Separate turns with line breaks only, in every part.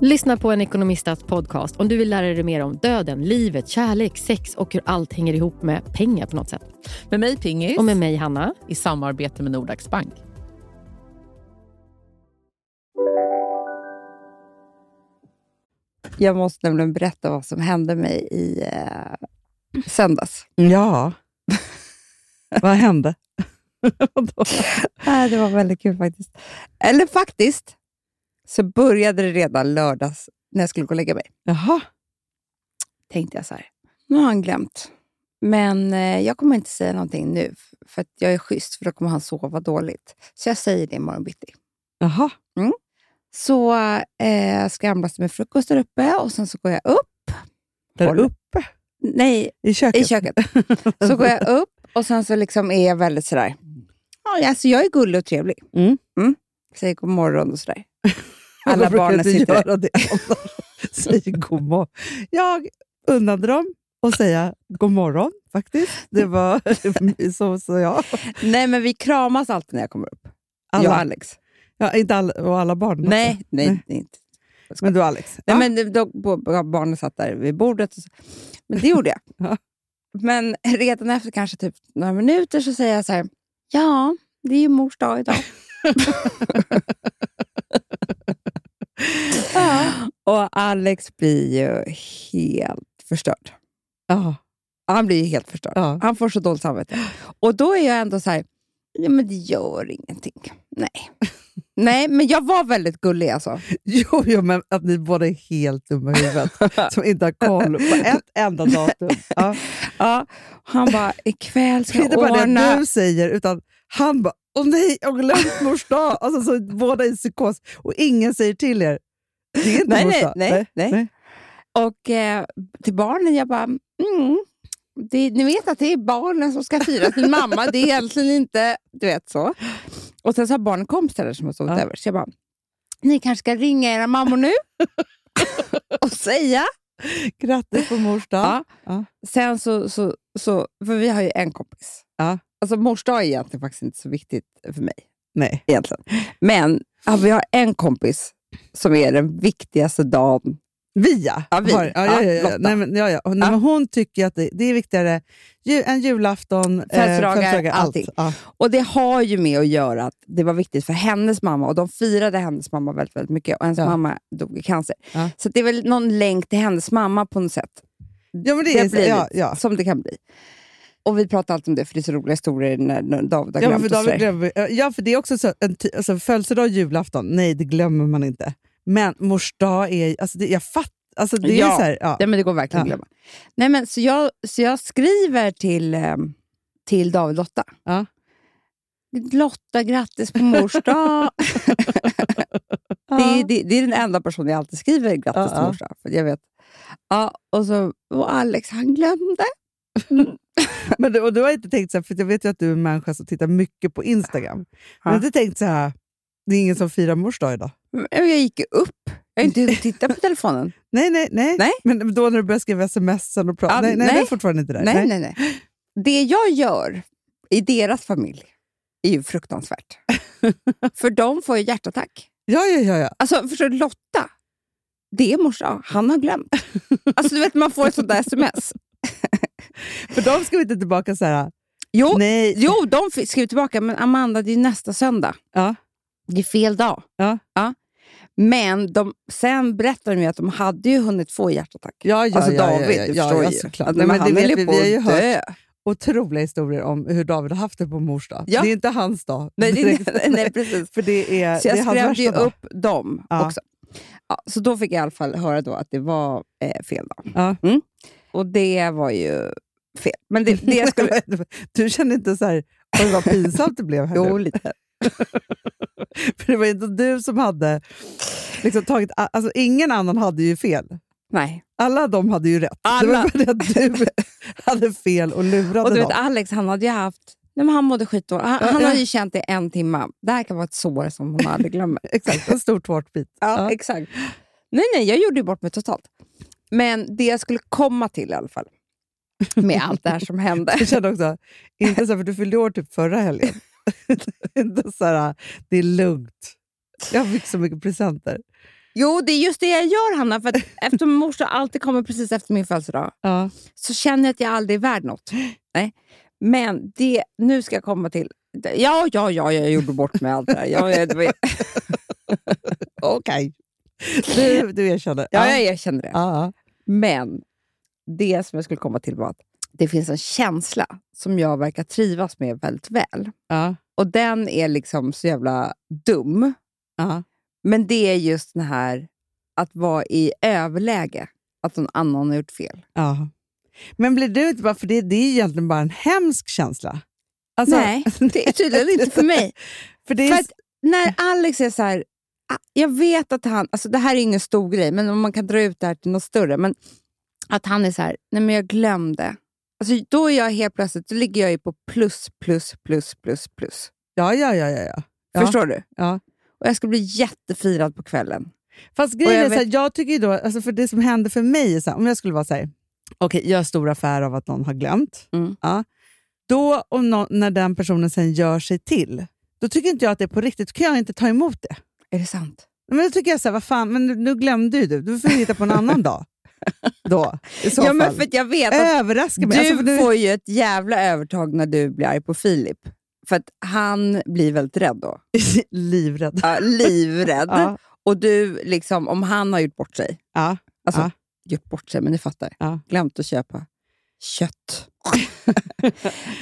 Lyssna på en ekonomistats podcast om du vill lära dig mer om döden, livet, kärlek, sex och hur allt hänger ihop med pengar på något sätt.
Med mig Pingis.
Och med mig Hanna.
I samarbete med Nordax Bank.
Jag måste nämligen berätta vad som hände mig i eh, söndags.
Ja. Vad hände? Vadå?
Nej, det var väldigt kul faktiskt. Eller faktiskt, så började det redan lördags när jag skulle gå och lägga mig.
Jaha.
Tänkte jag så här, nu har han glömt. Men eh, jag kommer inte säga någonting nu, för att jag är schysst, för då kommer han sova dåligt. Så jag säger det imorgon bitti.
Jaha.
Så eh, skramlas det med frukost där uppe och sen så går jag upp.
Där
Håll-
uppe
Nej,
i köket?
i köket. Så går jag upp och sen så liksom är jag väldigt sådär... Ja, alltså jag är gullig och trevlig.
Mm.
Säger god morgon och sådär.
Alla
Alla
Varför
barnen
barnen
sitter där.
göra det annars? Säg god morgon. Jag unnade dem att säga god morgon faktiskt. Det var så, så jag.
Nej, men vi kramas alltid när jag kommer upp.
Alla,
Jag och Alex.
ja, inte alla, och alla barn. också.
Nej, nej,
Nej.
nej. inte.
Men du Alex.
Nej,
Ja.
men det- då, bo- bo- barnen satt där vid bordet. Och så. Men det gjorde jag.
Ja.
Men redan efter kanske typ några minuter så säger jag så här, ja, det är ju mors dag idag. Och Alex blir ju helt förstörd.
Ja.
Han blir ju helt förstörd.
Ja.
Han får så dåligt samvete. Och då är jag ändå så här, ja, men det gör ingenting. Nej. Nej, men jag var väldigt gullig alltså.
Jo, jo, men att ni båda är helt dumma i huvudet som inte har koll på ett enda datum. Ja.
Ja, han bara, ikväll
Det
ska
är inte
jag
bara det
ordna...
du säger, utan han bara åh nej, jag har glömt mors dag. Alltså, så båda i psykos och ingen säger till er. Det är inte
Nej,
mors
nej,
dag.
nej, nej. Och eh, till barnen, jag bara, mm, det, ni vet att det är barnen som ska fira sin mamma. Det är egentligen inte, du vet så. Och sen så har barnen kompisar där som har sovit
Ja.
över. Så jag bara, ni kanske ska ringa era mammor nu och säga.
Grattis på mors dag.
Ja.
Ja.
Sen så, så, så, för vi har ju en kompis.
Ja.
Alltså mors dag är egentligen faktiskt inte så viktigt för mig.
Nej.
Egentligen. Men ja, vi har en kompis som är den viktigaste dagen.
Via.
Ja, vi.
Har, ja,
Ja,
ja, ja,
Lotta.
ja. Nej, men, ja, ja. Nej,
Ja.
Men hon tycker att det, det är viktigare ju, än julafton, eh,
Födelsedagar,
allt.
allting.
Ja.
Och det har ju med att göra att det var viktigt för hennes mamma och de firade hennes mamma väldigt, väldigt mycket och hennes
Ja.
mamma dog i cancer.
Ja.
Så det är väl någon länk till hennes mamma på något sätt,
ja, men det,
Det
är,
blir
ja,
lite
ja.
som det kan bli. Och vi pratar alltid om det, för det är så roliga historier när, när David har
Ja, men
glömt
för
och
David
sådär.
glömmer, eh, ja, för det är också så, en ty, alltså, födelsedag och julafton, nej det glömmer man inte. Men mors dag är, alltså, det, jag fattar, alltså, det är
Ja.
ju så här, ja.
Nej, men det går verkligen att
Ja.
glömma. Nej, men, så, jag, så jag skriver till, ehm, till David Lotta.
Ja.
Lotta, grattis på mors dag. det, är, det, det är den enda personen jag alltid skriver grattis
Ja,
till
ja.
mors dag. För jag vet. Ja, och, så, och Alex, han glömde.
Men du, och du har inte tänkt så här, för jag vet ju att du är en människa som tittar mycket på Instagram. Du har
Ja.
inte tänkt så här, det är ingen som firar mors dag idag?
Men Jag gick ju upp. Jag har inte hunnit titta på telefonen.
Nej, nej, nej.
Nej.
Men då när du börjar skriva sms och prata,
Ja,
nej, nej,
nej.
det är fortfarande inte där.
Nej, nej, nej. Det jag gör i deras familj är ju fruktansvärt. för de får ju hjärtattack.
Ja, ja, ja, ja.
Alltså, förstår du, Lotta, det är morsa. Han har glömt. Alltså, du vet, man får ett sånt där sms.
För de skriver inte tillbaka så här,
Jo,
nej.
jo de fick- skrev tillbaka, men Amanda, det är nästa söndag.
Ja.
Det är fel dag.
Ja.
Men de, sen berättade de ju att de hade ju hunnit få hjärtattack.
Ja, ja,
alltså
ja, ja,
David,
ja,
du
ja,
förstår
ja,
ju.
såklart.
Att,
Nej, men
han
det vet
höll
vi,
på
vi har ju
att dö.
Otroliga historier om hur David har haft det på mors dag.
Ja.
Det är inte hans dag.
Nej,
direkt.
det, nej, precis.
För det är,
Så jag
det är hans
skrämde ju
värsta dag.
upp dem
Ja.
också. Ja, så då fick jag i alla fall höra då att det var eh, fel dag.
Ja.
Mm. Och det var ju fel. Men det, det jag skulle...
Du kände inte så här, oj vad pinsamt det blev här
jo,
nu.
lite.
För det var inte du som hade liksom tagit... Alltså ingen annan hade ju fel.
Nej.
Alla de hade ju rätt. Det
Alla.
var bara det att du hade fel och lurade
Och du vet,
dem.
Alex han hade ju haft Nej, men han mådde skitdåligt. Han,
Ja,
han
ja.
hade ju känt det i en timme. Det här kan vara ett sår som hon aldrig glömmer.
Exakt, en stor tårtbit.
Ja, exakt. Nej, nej, jag gjorde ju bort mig totalt. Men det jag skulle komma till i alla fall, med allt det här som hände.
Jag kände också, inte så här, för du fyllde år typ förra helgen. inte så här, det är lugnt. Jag fick så mycket presenter.
Jo, det är just det jag gör, Hanna. För att eftersom morsan alltid kommer precis efter min födelsedag
Ja.
så känner jag att jag aldrig är värd något. Nej. Men det, nu ska jag komma till... Ja, ja, ja, jag gjorde bort mig allt det där. Ja, jag, det var-
Okej. Du, du erkänner.
ja, jag erkänner det.
Ja.
Men det som jag skulle komma till var att det finns en känsla som jag verkar trivas med väldigt väl.
Ja.
Och den är liksom så jävla dum.
Ja.
Men det är just den här att vara i överläge. Att någon annan har gjort fel.
ja. Men blir du inte bara, för det, det är egentligen bara en hemsk känsla. Alltså,
Nej, det är tydligen inte för mig.
För det är,
För att när Alex är så här... ah, Jag vet att han... Alltså det här är ingen stor grej, men om man kan dra ut det här till något större. Men att han är så här, nej men jag glömde. Alltså då är jag helt plötsligt, då ligger jag ju på plus, plus, plus, plus, plus.
ja, ja, ja, ja, ja. Ja.
Förstår du?
Ja.
Och jag ska bli jättefirad på kvällen.
Fast
Och
grejen
jag
är, så här, jag tycker ju då, alltså för det som hände för mig, är så här, om jag skulle vara så här, okej, jag gör stor affär av att någon har glömt.
Mm.
Ja, då, och nå- när den personen sen gör sig till, då tycker inte jag att det är på riktigt. Då kan jag inte ta emot det.
Är det sant?
Men då tycker jag så här, vad fan, men nu- nu glömde ju du. Du får hitta på en annan dag. Då, i så
Ja,
fall.
men för att jag vet att
Överraska mig.
Du
Alltså, för nu-
får ju ett jävla övertag när du blir arg på Filip. För att han blir väldigt rädd då.
Livrädd.
Ja, livrädd.
Ja,
Och du, liksom, om han har gjort bort sig.
ja.
Alltså,
Ja.
gjort bort sig, men ni fattar.
Ja.
Glömt att köpa kött.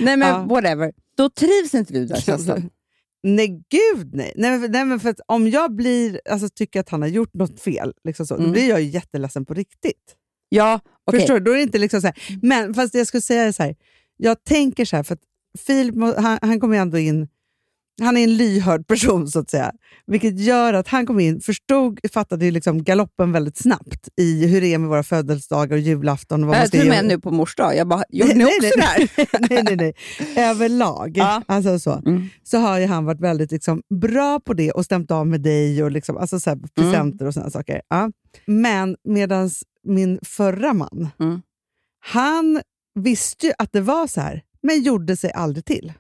Nej, men
Ja. Alltså,
whatever. Då trivs inte du där känslan.
Nej, gud nej. nej, men för- nej men för att om jag blir, alltså, tycker att han har gjort något fel, liksom så,
Mm.
då blir jag ju jätteledsen på riktigt.
Ja, okej.
Förstår du? Då är det inte liksom så här. Men fast det jag skulle säga är så här. Jag tänker så här, för att Filip må- han, han kommer ju ändå in, han är en lyhörd person så att säga. Vilket gör att han kom in, förstod, fattade ju liksom galoppen väldigt snabbt i hur det är med våra födelsedagar och julafton. Och vad man
Jag
ska
tog
göra.
med nu på mors dag. Jag bara, gjorde ni
Nej,
också
nej,
det här?
nej, nej, nej. Överlag.
Ja.
Alltså så.
Mm.
så har ju han varit väldigt liksom, bra på det och stämt av med dig och liksom, alltså
Mm.
så här, presenter och sådana saker. Ja. Men medan min förra man,
Mm.
han visste ju att det var så här, men gjorde sig aldrig till.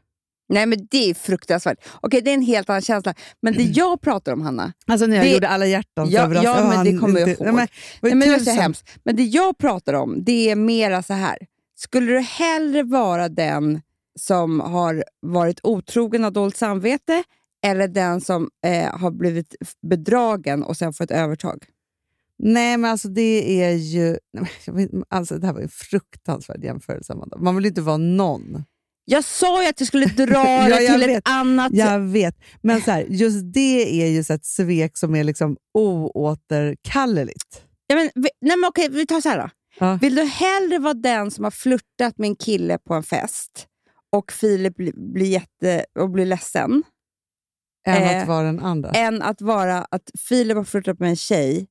Nej, men det är fruktansvärt. Okej, det är en helt annan känsla. Men det jag pratar om, Hanna,
Alltså när jag
Det-
gjorde alla hjärtans
Ja,
överallt,
ja,
och
men
han
det kommer jag
inte-
ihåg.
Nej,
Nej,
men,
men
det
det
var
är så
hemskt.
hemskt. Men det jag pratar om, det är mera så här. Skulle du hellre vara den som har varit otrogen av dåligt samvete eller den som eh, har blivit bedragen och sen fått övertag?
Nej, men alltså det är ju... Nej, men jag vet- Alltså, det här var en fruktansvärd jämförelse, Amanda. Man vill ju inte vara någon.
Jag sa ju att jag skulle dra
Ja,
det
jag
till ett
vet.
annat...
Jag vet, men så här, just det är ju så ett svek som är liksom oåterkalleligt.
Ja, men, vi- nej, men okej, vi tar så här då.
Ja.
Vill du hellre vara den som har flörtat med en kille på en fest och Filip blir, blir jätte och blir ledsen
Än
Eh,
att vara den andra.
än att vara att Filip har flörtat med en tjej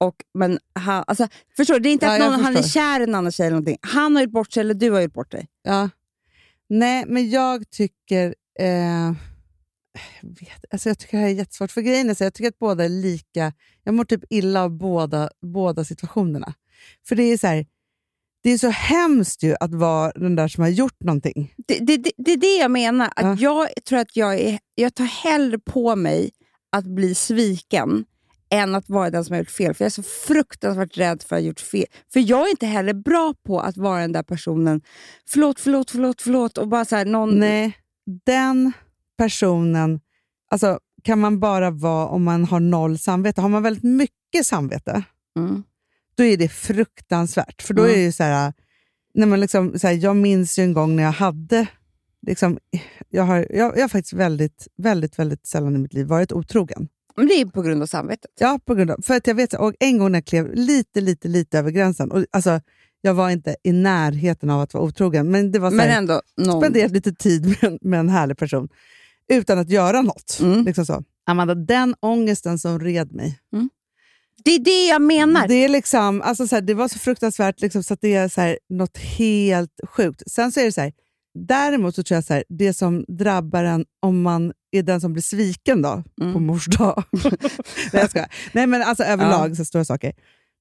och, men han, alltså, förstår du? Det är inte
Ja,
att
jag
någon, han är
förstår.
kär i en annan tjej eller någonting. Han har gjort bort sig eller du har gjort bort dig.
Ja. Nej, men jag tycker... Eh, jag, vet, alltså jag tycker det här är jättesvårt. För grejen är så, här, jag tycker att båda är lika... Jag mår typ illa av båda, båda situationerna. För det är så här, det är så hemskt ju att vara den där som har gjort någonting.
Det, det, det, det är det jag menar. Att Jag tror att jag, är, jag tar hellre på mig att bli sviken än att vara den som har gjort fel. För jag är så fruktansvärt rädd för att ha gjort fel. För jag är inte heller bra på att vara den där personen, förlåt, förlåt, förlåt, förlåt och bara så här, någon...
Nej, den personen alltså, kan man bara vara om man har noll samvete. Har man väldigt mycket samvete,
Mm.
då är det fruktansvärt. För då är det ju så här, när man liksom, så här, jag minns ju en gång när jag hade, liksom, jag, har, jag, jag har faktiskt väldigt, väldigt, väldigt sällan i mitt liv varit otrogen.
Men det är på grund av samvetet.
Ja, på grund av, för att jag vet, så här, och en gång när jag klev lite, lite, lite över gränsen, och, alltså, jag var inte i närheten av att vara otrogen, men det var så
Men
här,
ändå, någon...
spenderat lite tid med en, med en härlig person utan att göra något.
Mm.
Liksom så. Amanda, den ångesten som red mig.
Det är det jag menar.
Det, är liksom, alltså så här, det var så fruktansvärt liksom, så att det är så här, något helt sjukt. Sen så är det så här, Däremot så tror jag så här, det som drabbar en om man är den som blir sviken då,
Mm.
på mors dag. Nej, jag skojar. Nej, men alltså överlag så stora saker.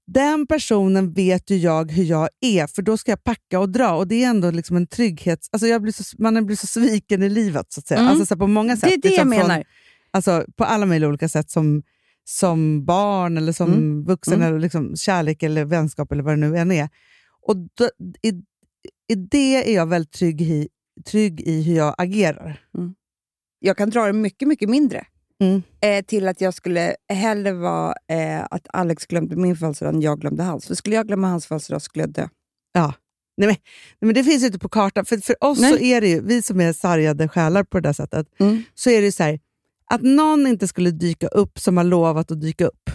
Den personen vet ju jag hur jag är, för då ska jag packa och dra. Och Det är ändå liksom en trygghet. Alltså jag blir så, man blir så sviken i livet, så att säga.
Mm.
Alltså, så här, på många sätt.
Det är det jag
liksom från-
menar.
alltså, på alla möjliga olika sätt som, som barn eller som vuxen
Mm.
eller liksom kärlek eller vänskap eller vad det nu än är. Och då, i, I det är jag väldigt trygg i, trygg i hur jag agerar.
Jag kan dra det mycket, mycket mindre.
Mm.
Eh, till att jag skulle hellre vara eh, att Alex glömde min födelsedag än jag glömde hans. För skulle jag glömma hans födelsedag skulle jag dö.
Nej, men det finns ju inte på kartan. För, för oss
Nej.
så är det ju, vi som är sargade själar på det där sättet,
Mm.
så är det ju så här, att någon inte skulle dyka upp som har lovat att dyka upp.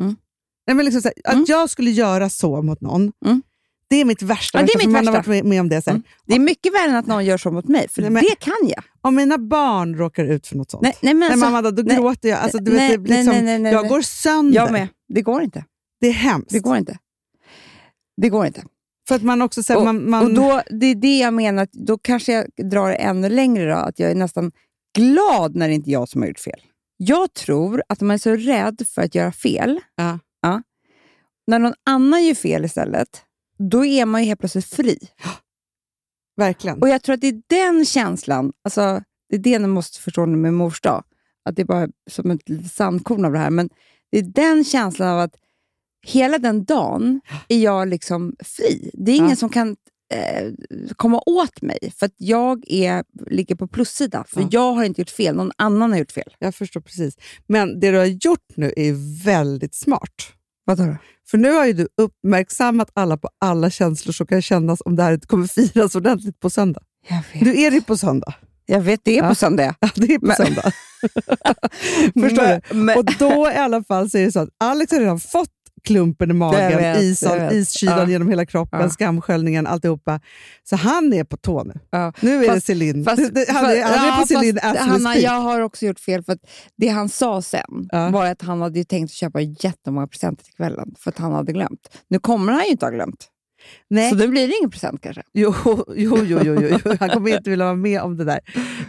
Mm.
Nej, men liksom så här, att
Mm.
jag skulle göra så mot någon,
Mm.
det är mitt värsta.
Ja, det är
värsta, för
mitt
Man har varit
värsta. Mm.
med, med om det. Så här.
Det är mycket värre än att någon gör så mot mig, för
Nej, men-
det kan jag.
Om mina barn råkar ut för något sånt,
Nej, nej, men
Nej,
alltså,
mamma, då, då
nej.
gråter jag. Alltså, du vet,
Nej,
det, blir
nej,
liksom,
nej, nej, nej,
jag
nej.
går sönder.
jag med. Det går inte.
Det är hemskt.
Det går inte. Det går inte.
För att man också... Så här,
Och-
man, man,
Och då, det är det jag menar, att då kanske jag drar det ännu längre då, att jag är nästan glad när det inte är jag som har gjort fel. Jag tror att man är så rädd för att göra fel.
Ja.
Ja. När någon annan gör fel istället, då är man ju helt plötsligt fri.
verkligen.
Och jag tror att det är den känslan, alltså, det är det ni måste förstå nu med mors dag, att det är bara som ett litet sandkorn av det här, men det är den känslan av att hela den dagen är jag liksom fri. Det är ingen
Ja.
som kan eh, komma åt mig, för att jag är, ligger på plussida, för
Ja.
jag har inte gjort fel, någon annan har gjort fel.
Jag förstår precis. Men det du har gjort nu är ju väldigt smart.
Vadå då?
För nu har ju du uppmärksammat alla på alla känslor som kan kännas om det här kommer firas ordentligt på söndag.
Jag vet,
Nu är det ju på söndag.
jag vet det är på söndag.
Ja, det är på
Men-
söndag. Förstår du?
Men,
Och då i alla fall så är det så att Alex har redan fått klumpen i magen,
Jag vet,
isan,
jag vet.
iskylan
Ja.
genom hela kroppen,
Ja.
skamsköljningen, alltihopa. Så han är på tå nu.
Ja.
Nu är
Fast-
det Céline.
Fast-
Det- han, är, han är
ja,
på Céline
fast,
as we
Hanna,
speak.
jag har också gjort fel. för att Det han sa sen
Ja.
var att han hade ju tänkt att köpa jättemånga presenter till kvällen för att han hade glömt. Nu kommer han ju inte ha glömt,
Nej.
så nu blir det ingen present kanske.
Jo, jo, jo, jo, jo, jo. Han kommer inte vilja vara med om det där.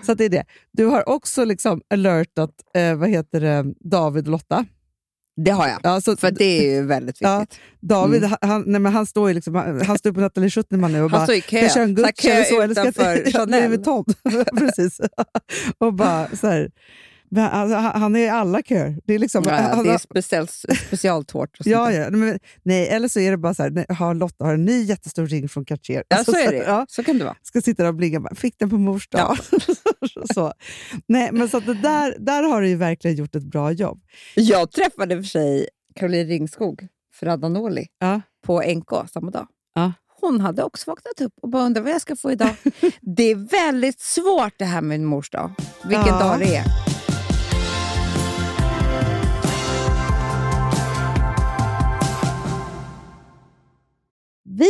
Så att det är det. Du har också liksom alertat eh, vad heter det, David och Lotta.
Det har jag,
Ja, så,
för att det är ju väldigt
Ja,
viktigt.
David han, nej, men han står ju liksom, han, han står på Nathalie Schuterman nu och
han
bara
står i
Ska
kö,
jag köra en
Så här,
Gucci eller så?
kö
Eller ska jag-
utanför
ja, Louis
Chanel.
Vuitton. Precis. och bara så här. Men alltså, han han är i alla köer. Det är liksom...
Ja,
han,
det är speciellt, specialtårt och sånt
ja,
där.
ja. Nej, Men, nej, eller så är det bara så här, nej, har Lotta har en ny jättestor ring från Cartier.
Ja,
Alltså,
så är det.
Ja,
Så kan det vara.
ska sitta där och blinga. Bara, Fick den på mors dag. så. Nej, men så att det där, där har du ju verkligen gjort ett bra jobb.
Jag träffade i och för sig Caroline Ringskog, Ferhad Anoli,
Ja.
på NK samma dag.
Ja.
Hon hade också vaknat upp och bara undrat vad jag ska få idag. det är väldigt svårt det här med min mors dag. Vilken
Ja.
dag det är. Vi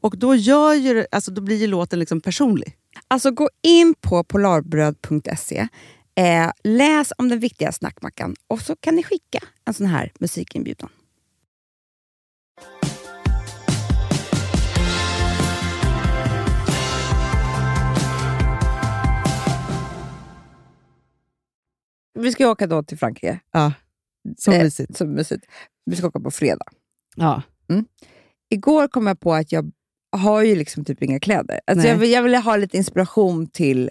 Och då, gör ju, det- alltså, då blir ju låten liksom personlig.
Alltså gå in på polarbröd.se, eh, läs om den viktiga snackmackan och så kan ni skicka en sån här musikinbjudan. Vi ska ju åka då till Frankrike.
Ja. Så
Eh,
mysigt.
Så mysigt. Vi ska åka på fredag. Mm.
Ja.
Igår kom jag på att jag har ju liksom typ inga kläder. Alltså
Nej.
jag, vill, jag ville ha lite inspiration till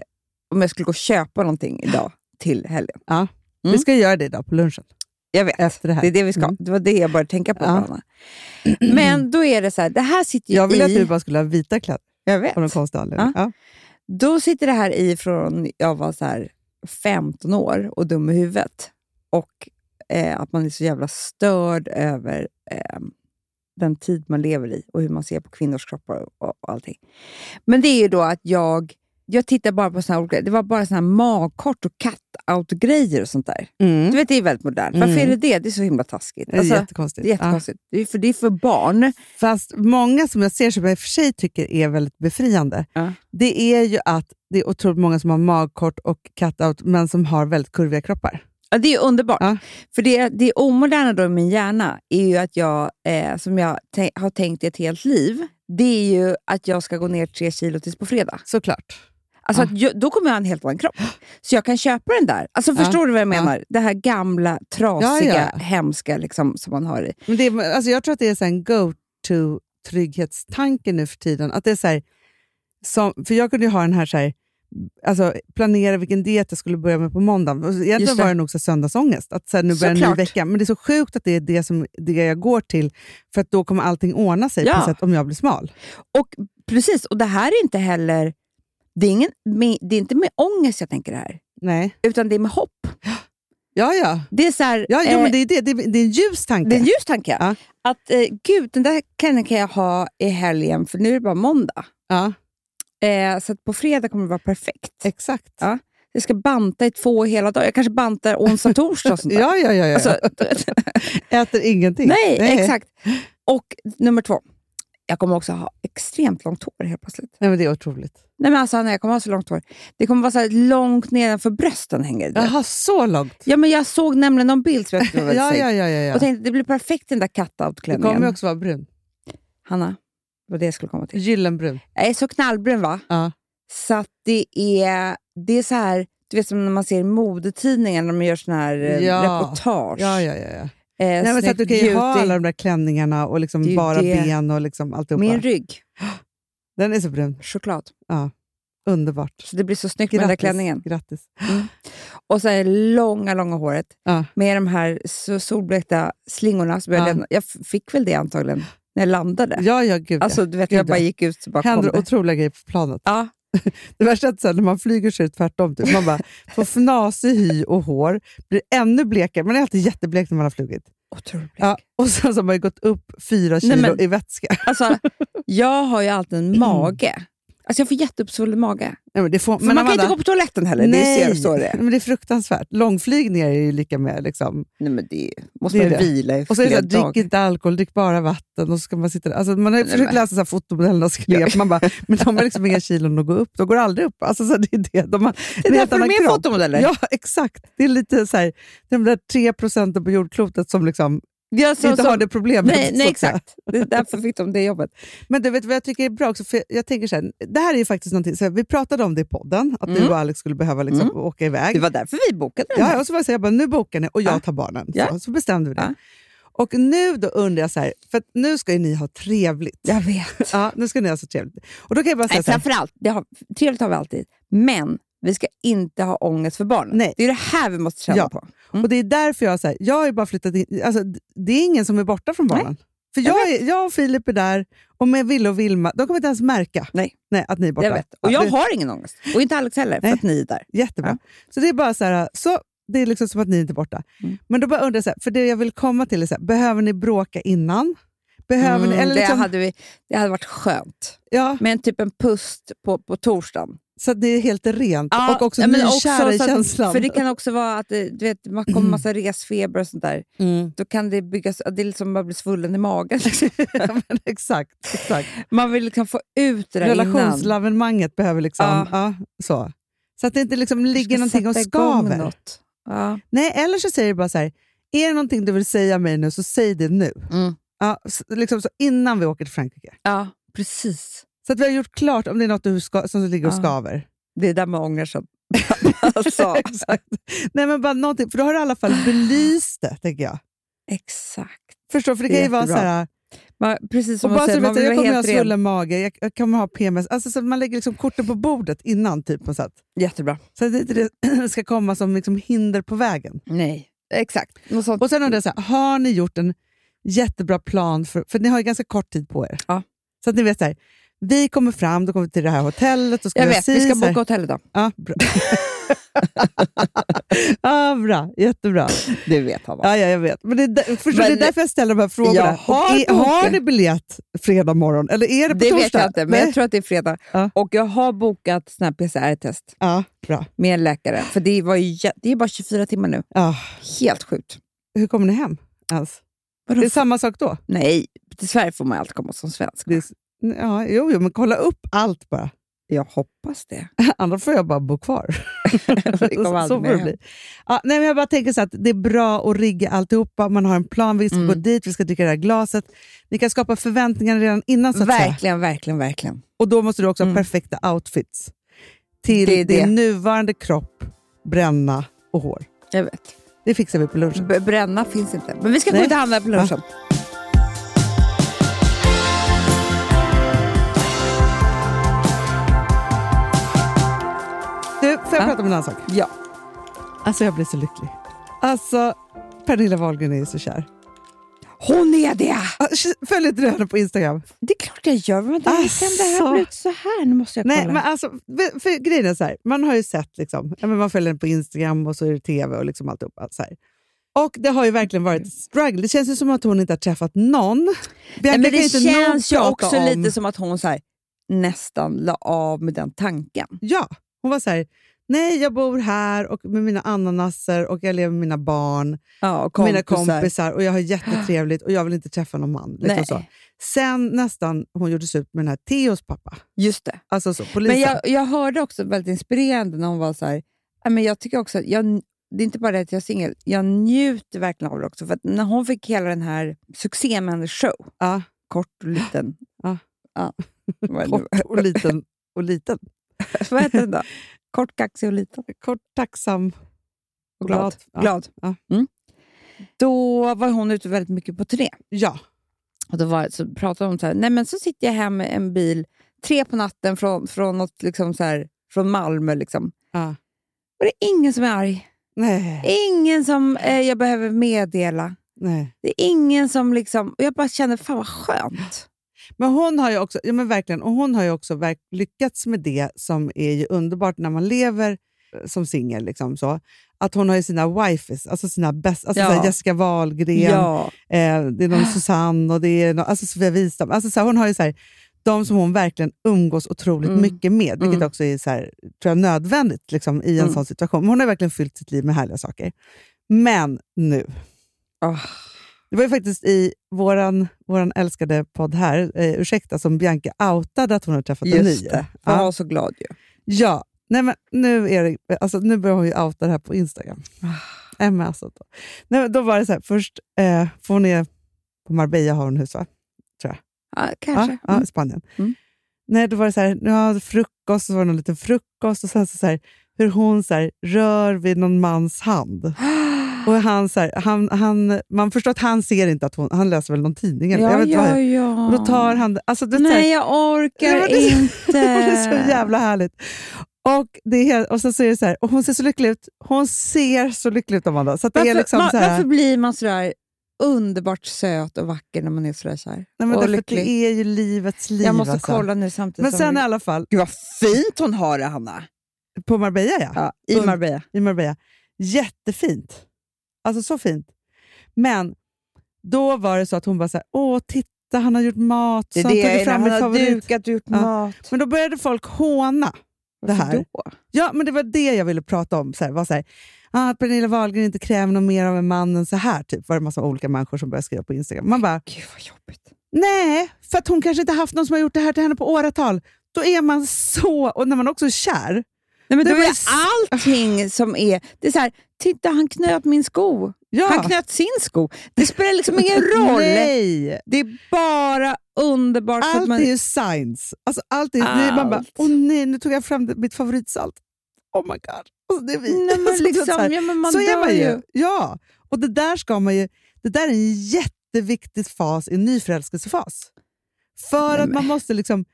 om jag skulle gå och köpa någonting idag till helgen.
Vi ska göra det idag på lunchen.
Jag vet,
Efter det här.
det är det vi ska.
Mm.
Det var det jag började tänka på.
Ja.
Anna. Men då är det så här, det här sitter ju
Jag vill
i...
att du bara skulle ha vita kläder
jag
av någon
vet.
konstig anledning. Ja.
Då sitter det här i från jag var så här 15 år och dum i huvudet. Och eh, att man är så jävla störd över eh, den tid man lever i och hur man ser på kvinnors kroppar och, och allting. Men det är ju då att jag jag tittar bara på såna här olika, det var bara såna här magkort och cut-out-grejer och sånt där.
Mm.
Du vet, det är väldigt modernt. Varför
Mm.
är det det? Det är så himla taskigt.
Det är
Alltså,
jättekonstigt.
det är jättekonstigt. Det, är för, det är för barn.
Ja. Fast många som jag ser, som jag i och för sig tycker är väldigt befriande,
Ja.
det är ju att det är otroligt många som har magkort och cut-out, men som har väldigt kurviga kroppar.
Ja, det är underbart.
Ja.
För det, det omoderna då i min hjärna är ju att jag, eh, som jag tän- har tänkt i ett helt liv, det är ju att jag ska gå ner tre kilo tills på fredag.
Såklart.
Alltså
Ja.
att jag, då kommer jag ha en helt annan kropp. Så jag kan köpa den där. Alltså
Ja.
Förstår du vad jag menar? Det här gamla, trasiga,
Ja, ja.
hemska liksom, som man har i.
Men det, är- alltså jag tror att det är så här en go-to-trygghetstanke nu för tiden. Att det är så här, som, för Jag kunde ju ha den här, så här alltså, planera vilken diet jag skulle börja med på måndagen. Och Egentligen
Just det.
var det nog så här söndagsångest, att så här, nu börjar en ny
Såklart.
vecka. Men det är så sjukt att det är det, som, det jag går till, för att då kommer allting ordna sig på
Ja.
ett sätt om jag blir smal.
Och precis, och det här är inte heller... Det är, ingen, med, det är inte med ångest jag tänker det här,
Nej.
utan det är med hopp.
Ja, ja.
Det är så här,
ja jo,
eh,
men det, är det. Det, är- det är en ljus tanke.
det är en ljus tanke.
Ja.
Att eh, gud, den där klänningen kan jag ha i helgen, för nu är det bara måndag.
Ja,
Eh, så att på fredag kommer det vara perfekt.
exakt.
Ja. Jag ska banta i två hela dagar. Jag kanske bantar onsdag, torsdag och sånt där.
Ja, ja, ja. ja.
Alltså,
Äter ingenting.
nej, exakt. Och nummer två. Jag kommer också ha extremt långt hår helt plötsligt.
Nej, men det är otroligt.
Nej men alltså Anna, jag kommer ha så långt hår. Det kommer vara så här långt nedanför brösten hänger det.
Jaha, så långt?
Ja men jag såg nämligen någon bild som jag skulle
Ja,
vilja
ja,
säga.
ja. ja, ja.
Och tänkte det blir perfekt den där
Du kommer ju
cut-out-klänningen.
också vara brun.
Hanna, det var det jag skulle komma till.
Gyllenbrun.
Jag är så knallbrun va?
Ja.
Så att det är, det är så här, du vet som när man ser i modetidningar när de gör såna här eh,
Ja.
reportage.
Ja, ja, ja. ja.
Eh,
Nej, men så att du
snyggt
kan ju ha
beauty.
alla de där klänningarna och
Det är ju
liksom bara
det.
ben och liksom alltihopa.
Min rygg,
Den är så brun.
choklad.
Underbart.
Så det blir så snyggt med den där klänningen.
Grattis.
Och så är det långa, långa håret.
Ja.
Med de här så solblekta slingorna. Som jag,
Ja.
lämnade. jag f- fick väl det antagligen när jag landade.
Ja, ja, gud ja.
Alltså, du vet,
Gud,
jag bara
ja.
gick ut och bara kom
händer
det.
otroliga grejer på planet.
Ja.
Det värsta är att sen när man flyger så är det tvärtom. Typ. Man bara får fnasig hy och hår, blir ännu blekare. Man är alltid jätteblek när man har flugit.
Otroligt.
Ja, och sen så har man ju gått upp fyra kilo
men-
i vätska.
Alltså, jag har ju alltid en mage. Alltså, jag får jätteuppsvullen mage.
Nej, men det får,
Men man kan ju inte gå på toaletten heller. Det är så- så det är.
men det är fruktansvärt. Långflygningar är ju lika med. Liksom.
Nej, men det måste
Det
man
är
ju
det.
vila i
Och så är det
flera
så här, drick
dagar.
inte alkohol, drick bara vatten. Och så ska man, sitta där. Alltså, man har ju
Nej,
försökt
men-
läsa så här fotomodellerna och skrep. Man bara, men de har liksom inga kilon att gå upp. De går aldrig upp. Alltså, så det är det. De har
Det är
en helt
därför de
annan
är
kropp.
fotomodeller.
Ja, exakt. Det är lite så här, de där tre procenten på jordklotet som liksom
Ja, så-
inte
så-
har det problemet.
Nej,
så
nej,
att säga.
exakt. Det är därför fick de det jobbet.
Men du vet vad jag tycker är bra också? För jag, jag tänker så här, det här är ju faktiskt någonting, så här, vi pratade om det i podden, att du
Mm.
och Alex skulle behöva liksom åka iväg.
Det var därför vi bokade den
Ja,
här.
och så var jag så här, jag bara, nu bokar ni och jag
Ja.
tar barnen.
Ja.
Så, så bestämde vi det.
Ja.
Och nu då undrar jag så här, för att nu ska ju ni ha trevligt.
Jag vet.
Ja, nu ska ni ha så trevligt. Och då kan jag bara säga
Nej,
så här,
framförallt, det har, trevligt har vi alltid, men vi ska inte ha ångest för barnen.
Nej.
Det är det här vi måste känna
Ja.
på.
Och det är därför jag säger, jag har ju bara flyttat in, alltså, d- det är ingen som är borta från
Nej.
barnen. För jag, är, jag och Filip är där, och med Ville och Vilma, de kommer inte ens märka
Nej.
att ni är borta.
Jag vet. Och
Ja,
jag
det-
har ingen ångest. Och inte Alex heller, för
Nej.
att ni är där.
Jättebra. Så det är bara så här, så, det är liksom som att ni inte är borta.
Mm.
Men då bara undrar jag, så här, för det jag vill komma till är så här, behöver ni bråka innan? Behöver ni,
Mm,
eller liksom,
det, hade vi, det hade varit skönt.
ja,
Men typ en pust på, på torsdagen.
så att det är helt rent och också
ja, men
nykära i
så att-
känslan.
För det kan också vara att det- du vet, man kommer massa resfeber och sånt där.
Mm.
Då kan det byggas, det är liksom bara bli svullen i magen. liksom.
Ja, men exakt, exakt.
Man vill liksom få ut det där innan.
Relationslavemanget behöver liksom,
Ja.
ja. så. Så att det inte liksom
Du
ligger
ska
någonting och
sätta igång
skaver.
något. Ja.
Nej, eller så säger du bara så här, är det någonting du vill säga mig nu så säg det nu.
Mm.
Ja, s- liksom så innan vi åker till Frankrike.
ja, precis.
Så att vi har gjort klart om det är något du ska, som ligger och
Ja.
skaver.
Det är där man ångrar sig. alltså,
Exakt. Nej, men bara någonting, för då har du i alla fall belyst det, tänker jag.
exakt.
Förstår, för det
Det
kan
är
ju vara så
jättebra.
här,
Man, precis
och
som
bara
man
så du
säger, man
vet,
vill
jag
vara
kommer ha
helt ren.
svullen mage, jag, jag kommer ha PMS. Alltså, så man lägger liksom korten på bordet innan, typ, på något sätt.
Jättebra.
så att det inte det ska komma som liksom hinder på vägen.
Nej, exakt. Något sånt.
Och sen undrar jag, så här, har ni gjort en jättebra plan? För, för ni har ju ganska kort tid på er.
Ja.
Så att ni vet, så här, vi kommer fram, då kommer vi till det här hotellet. Och ska
jag
göra
vet,
si,
vi ska
så här.
boka hotell idag.
Ja, bra. ja, bra. Jättebra.
Det vet han va?
Ja, ja, jag vet. Men det, är där- förstår,
Men-
det är därför jag ställer de här
Jag
frågorna.
har
Och är, har
bokat.
ni biljett fredag morgon? Eller är det på
Det
torsdag?
vet jag inte, men
Nej.
jag tror att det är fredag.
Ja.
Och jag har bokat sån här PCR-test
Ja, bra.
med en läkare. För det, var ju, jä- det är bara 24 timmar nu.
Ja.
Helt sjukt.
Hur kommer ni hem ens?
Vadå?
Det är samma sak då?
Nej, till Sverige får man ju alltid komma som svensk.
Det är, s- ja, jo, jo, men kolla upp allt bara.
Jag hoppas det.
Annars får jag bara bo kvar.
Det kommer aldrig
så får
mer
det
hem.
bli. Ja, nej, men jag bara tänker så att det är bra att rigga alltihopa. Man har en plan. Vi ska
Mm.
gå dit, vi ska dricka det här glaset. Ni kan skapa förväntningar redan innan. Så att säga.
Verkligen, verkligen, verkligen.
Och då måste du också
Mm.
ha perfekta outfits till
Det är det.
din nuvarande kropp, bränna och hår.
Jag vet.
Det fixar vi på lunchen.
B- bränna finns inte. Men vi ska
Mm. Nej.
gå ut och handla på lunchen.
Du, får jag
Ja.
prata om en annan sak?
Ja.
Alltså jag blir så lycklig. Alltså, Pernilla Wahlgren är ju så kär.
Hon är det!
Ah, Följ inte du henne på Instagram?
Det är klart klart jag gör. Vänta, hur kan
Alltså.
det här bli så här? Nu måste jag kolla.
Nej, men alltså, för, för grejen är så här, man har ju sett, liksom, ja, men man följer den på Instagram och så är det tv och liksom alltihopa. Så här. Och det har ju verkligen varit ett struggle. Det känns ju som att hon inte har träffat någon. Bianca
Mm. Nej, men
kan ju
det
inte nog
känns ju
prata
också
om-
lite som att hon så här, nästan la av med den tanken.
Ja, hon var så här, nej jag bor här och med mina ananaser och jag lever med mina barn,
Ja, och
mina kompisar och jag har jättetrevligt och jag vill inte träffa någon man. Liksom
Nej.
så. Sen nästan hon gjorde slut med den här Theos pappa.
Just det.
Alltså så, polisen.
Men jag, jag hörde också väldigt inspirerande när hon var så här, "Ja, men jag tycker också att jag, det är inte bara det att jag är singel, jag njuter verkligen av det också. För att när hon fick hela den här succén med hennes show,
Ja.
kort och liten.
Ja.
Ja. Vad,
Kort och liten. Och liten.
vad heter den då? Kort, kaxig och liten.
Kort, tacksam och glad.
glad.
Ja.
glad.
Ja.
Mm. Då var hon ute väldigt mycket på turné.
Ja.
Och då var, så pratade hon så här, nej men så sitter jag hem med en bil tre på natten från, från, något liksom så här, från Malmö. Liksom.
ja.
Och det är ingen som är arg.
Nej.
Ingen som eh, jag behöver meddela.
nej.
Det är ingen som liksom... Och jag bara känner, fan vad skönt.
Men hon har ju också, ja men verkligen, och hon har ju också verk, lyckats med det som är ju underbart när man lever eh, som singel. Liksom så. att hon har ju sina wifes, alltså sina bästa, alltså
Ja.
så här Jessica Wahlgren,
Ja. Ah.
eh, det är någon Susanne och det är någon, alltså Sofia Wistam. Alltså så här, hon har ju så här, de som hon verkligen umgås otroligt
Mm.
mycket med, vilket
Mm.
också är så här, tror jag, nödvändigt liksom, i en
Mm.
sån situation. Men hon har verkligen fyllt sitt liv med härliga saker. Men nu,
Åh.
det var ju faktiskt i våran, våran älskade podd här, eh, ursäkta, som Bianca outade att hon har träffat en ny.
Just det. Jag
Ja.
var så glad ju.
ja. Nej, men nu, är det, alltså, nu börjar hon ju outa det här på Instagram.
Ah.
Nej, men alltså, då. Nej, men då var det så här, först, eh, för hon är på Marbella har hon hus va?
Ja,
Ja,
kanske.
ja,
Mm.
i Spanien.
Mm.
Nej, då var det så här, ja, frukost, så var det någon liten frukost och sen så, så här, hur hon så här, rör vid någon mans hand.
Mm.
Och han, så här, han, han, man förstår att han ser inte att hon, han läser väl någon tidning. eller- jag
Ja,
vet inte vad
ja,
det är.
ja.
Och då tar han alltså, det. är så här-
Nej, jag orkar
Ja, det är så-
inte.
det är så jävla härligt. Och, det är, helt- och sen så är det så här, och hon ser så lycklig ut. Hon ser så lycklig ut, Amanda. Så att det
Varför,
är liksom
ma-
så här,
varför blir man sådär underbart söt och vacker när man är sådär kär?
nej, men
och
därför att
lycklig?
det är ju livets liv.
jag måste
alltså.
kolla nu samtidigt
Men
som
sen i
vi-
alla fall,
Gud vad fint hon har det, Hanna.
på Marbella ja.
Ja, I
Und-
Marbella.
i Marbella. Jättefint. Alltså så fint. Men då var det så att hon bara så här, åh titta han har gjort mat.
Det är
så
det
han
jag
tog
är,
fram
han
min
har
favorit.
dukat och gjort
Ja.
mat.
Men då började folk håna. det
Varför
här.
Då?
Ja, men det var det jag ville prata om. Så här, var så här, ah, att Pernilla Wahlgren inte kräver något mer av en man än så här. Typ. var det en massa olika människor som började skriva på Instagram. Man bara,
Gud vad jobbigt.
nej, för att hon kanske inte haft någon som har gjort det här till henne på åratal. Då är man så, och när man också är kär.
Nej, men
Det
det
var Ah. ju
är
s-
allting som är... Det är så här, titta han knöt min sko.
Ja.
Han knöt sin sko. Det spelar liksom ingen roll.
Nej,
Det är bara underbart. för
allt
att man,
är ju signs. Alltså, allt är, nej, man bara,
Allt.
åh nej, nu tog jag fram det- mitt favoritsalt. Oh my god, alltså, det är vi.
Nej, men
Alltså, du vet, så här,
liksom, ja, men man
så är
dör
man ju. Ja, och det där ska man ju... Det där är en jätteviktig fas, en nyförälskelsefas. För
Nej,
att
men-
man måste liksom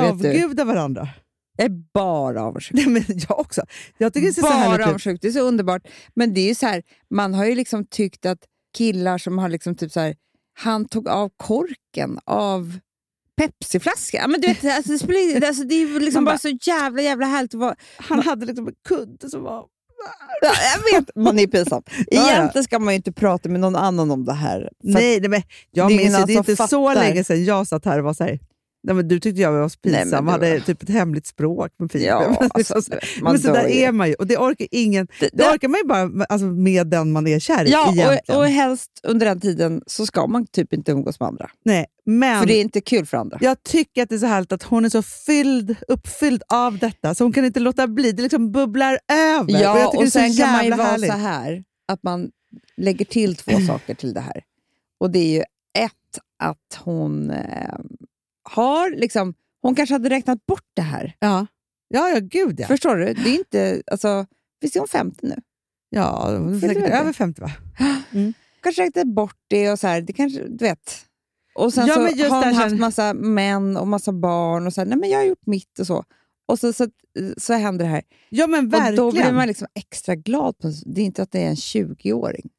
Vet du?
avguda varandra.
Jag är bara avundsjuk.
Nej, men jag också. Jag tycker det ser så
bara
härligt ut.
avundsjuk. Det är så underbart. Men det är ju så här, man har ju liksom tyckt att killar som har liksom typ så här, han tog av korken av Pepsiflaskan. Ja, Men du vet, alltså, det, spelar, ingen- alltså, det är ju liksom
Man
bara,
bara-
så jävla jävla härligt att vara...
Han hade liksom en kudde som var...
Ja, Jag vet, man är pinsam.
ja.
Egentligen ska man ju inte prata med någon annan om det här. För att-
Nej, nej, men jag
Det är
minns
ingen
ju, det är
som
inte så
fattar.
länge sedan jag satt här och var så här... Nej, men du tyckte jag var så
Nej, men
pinsam och
det
hade
var-
typ ett hemligt språk med Filip.
Ja, alltså,
så,
du vet, man
men så
dör
där
ju.
är man ju. Och det orkar, ingen,
Det-
det
det-
orkar man ju bara alltså, med den man är kär i.
Ja, och,
egentligen.
och helst under den tiden så ska man typ inte umgås med andra.
Nej, men
För det är inte kul för andra.
jag tycker att det är så härligt att hon är så fylld, uppfylld av detta så hon kan inte låta bli. Det liksom bubblar över.
Ja,
och jag tycker
och,
det är
sen
så
kan man ju
jävla
vara
härligt.
så här, att man lägger till två saker till det här. Och det är ju ett, att hon eh, har liksom, hon kanske hade räknat bort det här.
Ja. Ja, ja, gud ja.
Förstår du? Det är inte, alltså, visst är hon 50 nu?
ja hon är
Fyller
säkert
du det?
över 50 va?
Kanske räknat bort det och så här, det kanske, du vet. Och sen
Ja,
så
men just
har
där
hon haft
känner-
massa män och massa barn och så här, nej men jag har gjort mitt och så. Och så, så, så händer det här.
Ja, men verkligen.
Och då blir man liksom extra glad. På, det är inte att det är en 20-åring.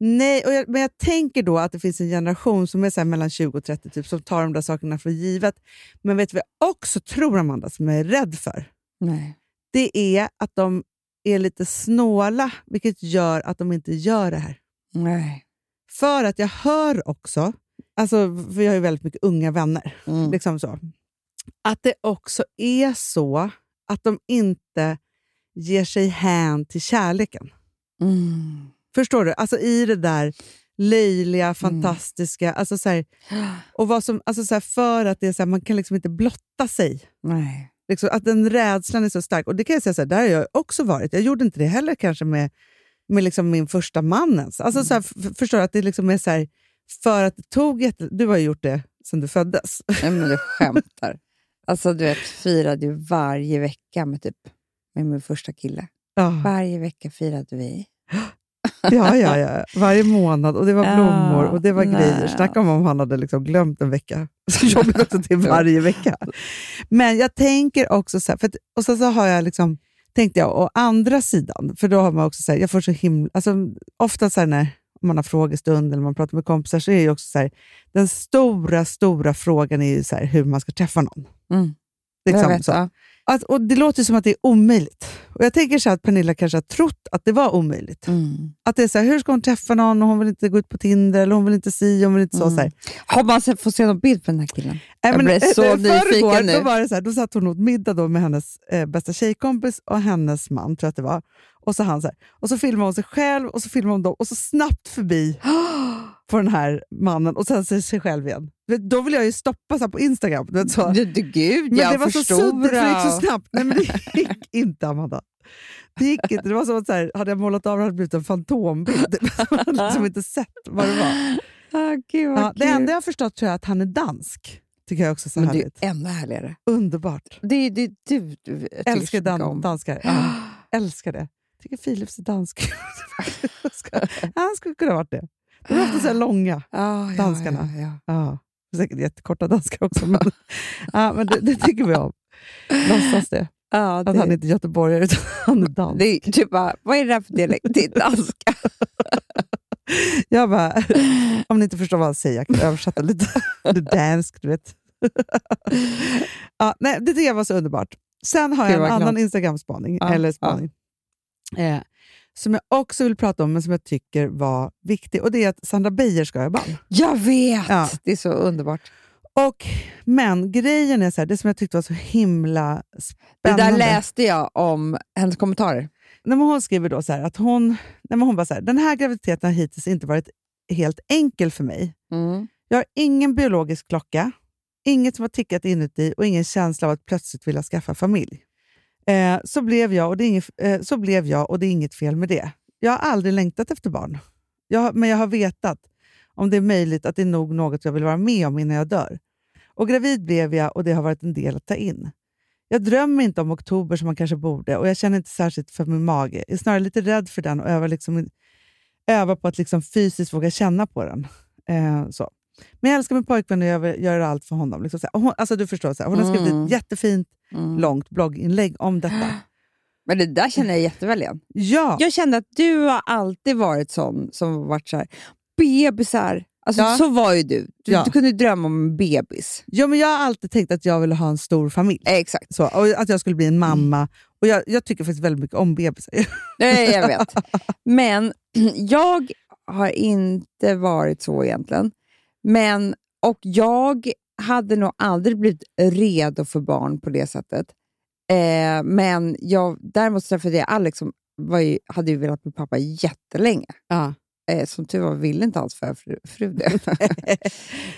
Nej, och jag, men jag tänker då att det finns en generation som är så här mellan 20 och 30 typ, som tar de där sakerna för givet. Men vet du vad jag också tror, Amanda, som jag är rädd för?
Nej.
Det är att de är lite snåla, vilket gör att de inte gör det här.
Nej.
För att jag hör också, alltså, för jag har ju väldigt mycket unga vänner,
Mm.
liksom så, att det också är så att de inte ger sig hän till kärleken.
Mm.
Förstår du? Alltså i det där löjliga, fantastiska. Alltså så här, och vad som, alltså så här, för att det är så här, man kan liksom inte blotta sig.
Nej.
Liksom, att den rädslan är så stark. Och det kan jag säga, så här, där har jag också varit. Jag gjorde inte det heller kanske med, med liksom min första man ens. Alltså, så här, f- förstår du? Att det liksom är så här, för att det tog jätte... Du har ju gjort det sedan du föddes.
Nej, men du skämtar. Alltså, du vet, firade ju varje vecka med typ med min första kille.
Ja,
Varje vecka firade vi.
ja, ja, ja. Varje månad. Och det var
Ja,
blommor och det var
nej.
grejer. Snacka om om han hade liksom glömt en vecka. Så jobbigt också till varje vecka. Men jag tänker också så här, för att, och sen så har jag liksom, tänkte jag, å andra sidan, för då har man också så här, jag får så himla, alltså ofta så här när man har frågestund eller man pratar med kompisar så är ju också så här, den stora, stora frågan är ju så här, hur man ska träffa någon.
Mm.
Liksom
jag vet,
så.
ja.
Att, och det låter ju som att det är omöjligt. Och jag tänker så här att Pernilla kanske har trott att det var omöjligt.
Mm.
Att det är så här, hur ska hon träffa någon och hon vill inte gå ut på Tinder eller hon vill inte si, hon vill inte så.
Mm.
så här.
Har man sett, får se någon bild på den här killen?
Nej,
Jag
men,
blir
eh,
så
när-
nyfiken
förrgår,
nu.
Då, var det så här, då satt hon åt middag då med hennes eh, bästa tjejkompis och hennes man, tror jag att det var. Och så han så här, och så filmade hon sig själv och så filmade hon dem och så snabbt förbi på den här mannen och sen sig- sig själv igen. Du vet, Då vill jag ju stoppa så här, på Instagram. Du vet, så.
Du, du, gud,
Men
jag
det var så
förstora.
suddigt, för det gick så snabbt. Nej, men det gick inte, Amanda. Det gick inte. Det var som att så här, hade jag målat av det hade det blivit en fantombild. Man hade liksom inte sett vad det var.
Ah, gud, vad
Ja, det
kul.
enda jag har förstått tror jag är att han är dansk. Tycker jag också är så
Men det är ju
härligt.
ännu härligare.
Underbart.
Det är det, du, du tycker
Älskar
så mycket
dan-
om.
danskar. Ja, älskar det. Tycker Philips är dansk. Jag ska- han skulle kunna ha varit det. De är ofta så här långa.
Ah, ja,
Danskarna.
Ja, ja.
Ja, säkert jättekorta danskar också. Men, ja, men det, det tycker vi om. Låtsas det.
Ja,
Att
det-
han inte är göteborgare utan han är dansk.
Det är typ bara, vad är det där för dialekt? Det är danska.
Jag bara, om ni inte förstår vad han säger, jag kan översätta lite. Det är dansk, du vet. ja, nej, det tycker jag var så underbart. Sen har jag
Gud,
en
vad glad.
annan Instagram-spaning,
Ja,
eller spaning, eh, som jag också vill prata om, men som jag tycker var viktig. Och Det är att Sandra Beijer ska ha barn.
Jag vet!
Ja.
Det är så underbart.
Och, men grejen är så här, det som jag tyckte var så himla
Det
spännande.
där läste jag om hennes kommentarer.
Nej, men hon skriver då så här att hon, nej, men hon bara så här, den här graviditeten har hittills inte varit helt enkel för mig.
Mm.
Jag har ingen biologisk klocka, inget som har tickat inuti och ingen känsla av att plötsligt vilja skaffa familj. Eh, så, blev jag och det är inget, eh, så blev jag och det är inget fel med det. Jag har aldrig längtat efter barn, jag, har- men jag har vetat om det är möjligt att det är nog något jag vill vara med om innan jag dör. Och gravid blev jag och det har varit en del att ta in. Jag drömmer inte om oktober som man kanske borde och jag känner inte särskilt för min mage. Jag är snarare lite rädd för den och övar, liksom, övar på att liksom fysiskt våga känna på den. Eh, så. Men jag älskar min pojkvän och jag vill göra allt för honom. Liksom så här. Och hon, alltså du förstår, så här. hon har skrivit
Mm.
ett jättefint långt blogginlägg om detta.
Men det där känner jag jätteväl igen.
Ja,
Jag kände att du har alltid varit sån som har varit så här, bebisar. Alltså,
Ja.
Så var ju du. Du,
Ja.
du kunde drömma om en bebis.
ja men jag har alltid tänkt att jag ville ha en stor familj.
Eh, Exakt.
Så, och att jag skulle bli en mamma. Och jag, jag tycker faktiskt väldigt mycket om bebisar.
Nej, jag vet. Men jag har inte varit så egentligen. Men, och jag hade nog aldrig blivit redo för barn på det sättet. Eh, men jag, däremot så träffade jag Alex som var ju, hade ju velat bli pappa jättelänge.
Ja.
Eh, som tur var ville inte hans för- fru, fru det. eh,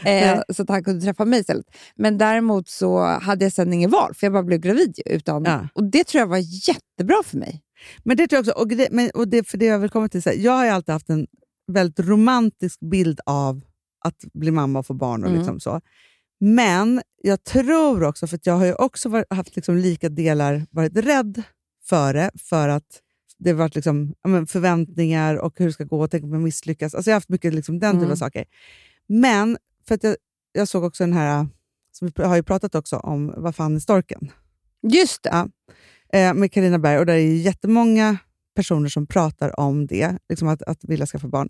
Nej.
så att han kunde träffa mig istället. Men däremot så hade jag sen ingen val, för jag bara blev gravid. ju, Utan,
Ja.
Och det tror jag var jättebra för mig.
Men det tror jag också, och det, men, och det, för det jag vill komma till, så här, jag har ju alltid haft en väldigt romantisk bild av att bli mamma och få barn. och
Mm.
liksom så. Men jag tror också, för att jag har ju också varit, haft liksom lika delar varit rädd för det, för att det har varit liksom, ja, men förväntningar och hur det ska gå, tänk om jag misslyckas. Alltså jag har haft mycket liksom den typen av
Mm.
saker. Men för att jag, jag såg också den här, som vi har ju pratat också om, vad fan är storken?
Just det!
eh, med Karina Berg och där är ju jättemånga personer som pratar om det, liksom att, att vilja skaffa barn.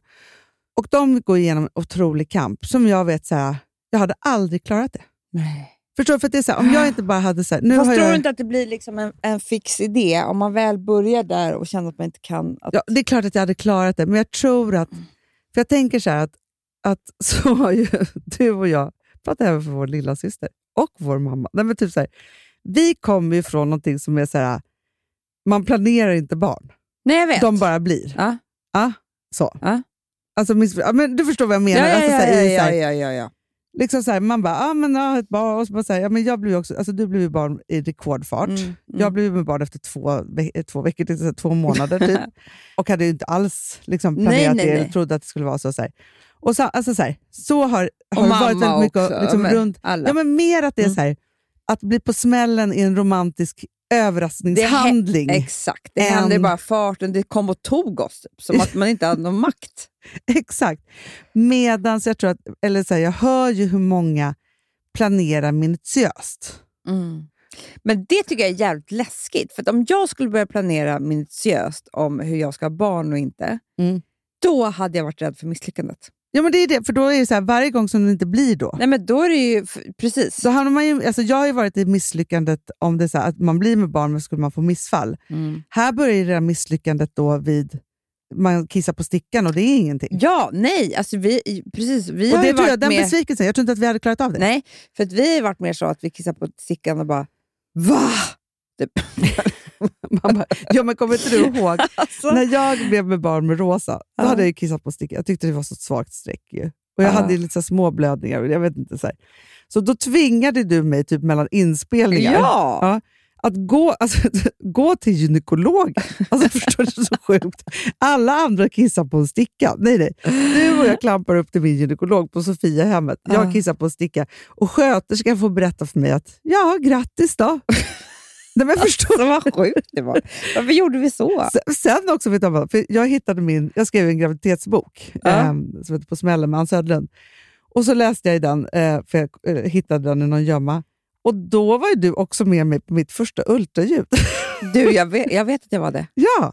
Och de går igenom en otrolig kamp som jag vet, så här, jag hade aldrig klarat det.
Nej.
Förstår du? För att det är så här, om jag inte bara hade så här, nu
Fast
har
tror
jag,
du inte att det blir liksom en, en fix idé om man väl börjar där och känner att man inte kan? Att,
ja, Det är klart att jag hade klarat det, men jag tror att,
Mm.
för jag tänker så här att, att så har ju du och jag, pratar även för vår lilla syster och vår mamma. Nej, men typ så här, vi kommer ju från någonting som är så här, man planerar inte barn,
Nej, jag vet.
de bara blir.
Ja.
Ja, så.
Ja.
Alltså, miss, ja, men du förstår vad jag
ja,
menar.
ja,
alltså, så
ja,
här,
ja,
i så
ja,
här,
ja, ja, ja.
liksom så här, man bara, ah, men, ah, ett barn. Och så bara så här, ja, men jag blev ju också, alltså, du blev ju barn i rekordfart.
Mm, mm.
Jag blev ju med barn efter två, ve- eh, två veckor, till så här, två månader typ. och hade ju inte alls liksom,
Nej,
planerat
nej,
det eller
nej.
trodde att det skulle vara så. Så, här. Och så, alltså, så, här, så har, har
och
det
mamma
varit väldigt mycket
också.
liksom,
men
runt.
alla.
Ja, men mer att det är
Mm.
så här, att bli på smällen i en romantisk överraskningshandling.
Exakt, det
En-
hände bara farten. Det kom och tog oss, typ. som att man inte hade någon makt.
Exakt. Medans jag tror att, eller så här, jag hör ju hur många planerar minutiöst.
Mm. Men det tycker jag är jävligt läskigt. För att om jag skulle börja planera minutiöst om hur jag ska ha barn och inte,
Mm.
då hade jag varit rädd för misslyckandet.
Ja men det är det, för då är det så här, varje gång som det inte blir då.
Nej, men då är det ju... f- Precis.
Så hamnar man ju, alltså jag har ju varit i misslyckandet om det är så här, att man blir med barn men skulle man få missfall.
Mm.
Här börjar ju det här misslyckandet då vid man kissar på stickan och det är ingenting.
Ja, nej, alltså vi, precis. Vi
och
har
det
ju
tror
varit
jag, den
mer,
besvikelsen, jag tror inte att vi hade klarat av det.
Nej, för att vi har varit mer så att vi kissar på stickan och bara VA? Typ.
Man bara, ja, men kommer inte du ihåg?
Alltså,
När jag blev med barn med Rosa, då
Ja.
hade jag ju kissat på stickan. Jag tyckte det var så svagt streck. Ju. Och jag
Ja.
hade ju lite så här små blödningar. och Jag vet inte, så, här. så då tvingade du mig typ mellan inspelningar
Ja!
att gå, alltså, gå till gynekolog. Alltså, förstår du? Så sjukt. Alla andra kissar på en sticka. Nej, nej. Du och jag klampar upp till min gynekolog på Sofiahemmet.
Ja.
Jag kissar på en sticka och sköterskan får berätta för mig att ja, grattis då. nej, men förstår
Alltså, vad sjukt det var. Varför gjorde vi så?
Sen- Sen också, vet du, vad, för jag hittade min, jag skrev en graviditetsbok
Ja.
ehm, som heter På smällen med Ann Söderlund. Och så läste jag i den, eh, för jag eh, hittade den i någon gömma. Och då var ju du också med mig på mitt första ultraljud.
Du, jag vet, jag vet att jag var det.
ja,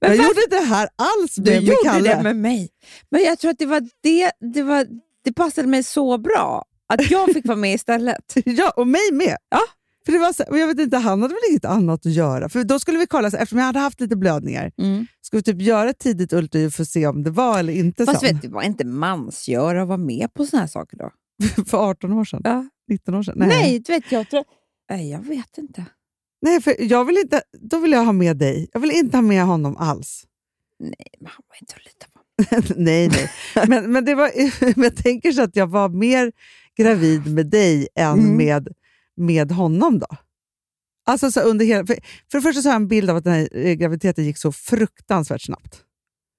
Men
jag
varför-
gjorde det här alls med,
Du
med
gjorde
Kalle.
det med mig. Men jag tror att det var det, det, var, det passade mig så bra att jag fick vara med istället.
Ja, och mig med.
Ja.
För det var så, och jag vet inte, han hade väl inget annat att göra. För då skulle vi kolla, så, eftersom jag hade haft lite blödningar,
Mm.
skulle vi typ göra ett tidigt ultraljud för att se om det var eller inte
Fast
sen.
vet du, det var inte mansgöra att vara med på såna här saker då.
För 18 år sedan?
Ja.
19 år sedan?
Nej, du vet, jag tror... Nej, jag vet inte.
Nej, för jag vill inte, då vill jag ha med dig. Jag vill inte ha med honom alls.
Men han var inte att lita på.
nej, nej. Men, men, det var, men jag tänker så att jag var mer gravid med dig än
Mm.
med, med honom. då. Alltså så under hela, för, för det första så har jag en bild av att den här eh, graviditeten gick så fruktansvärt snabbt.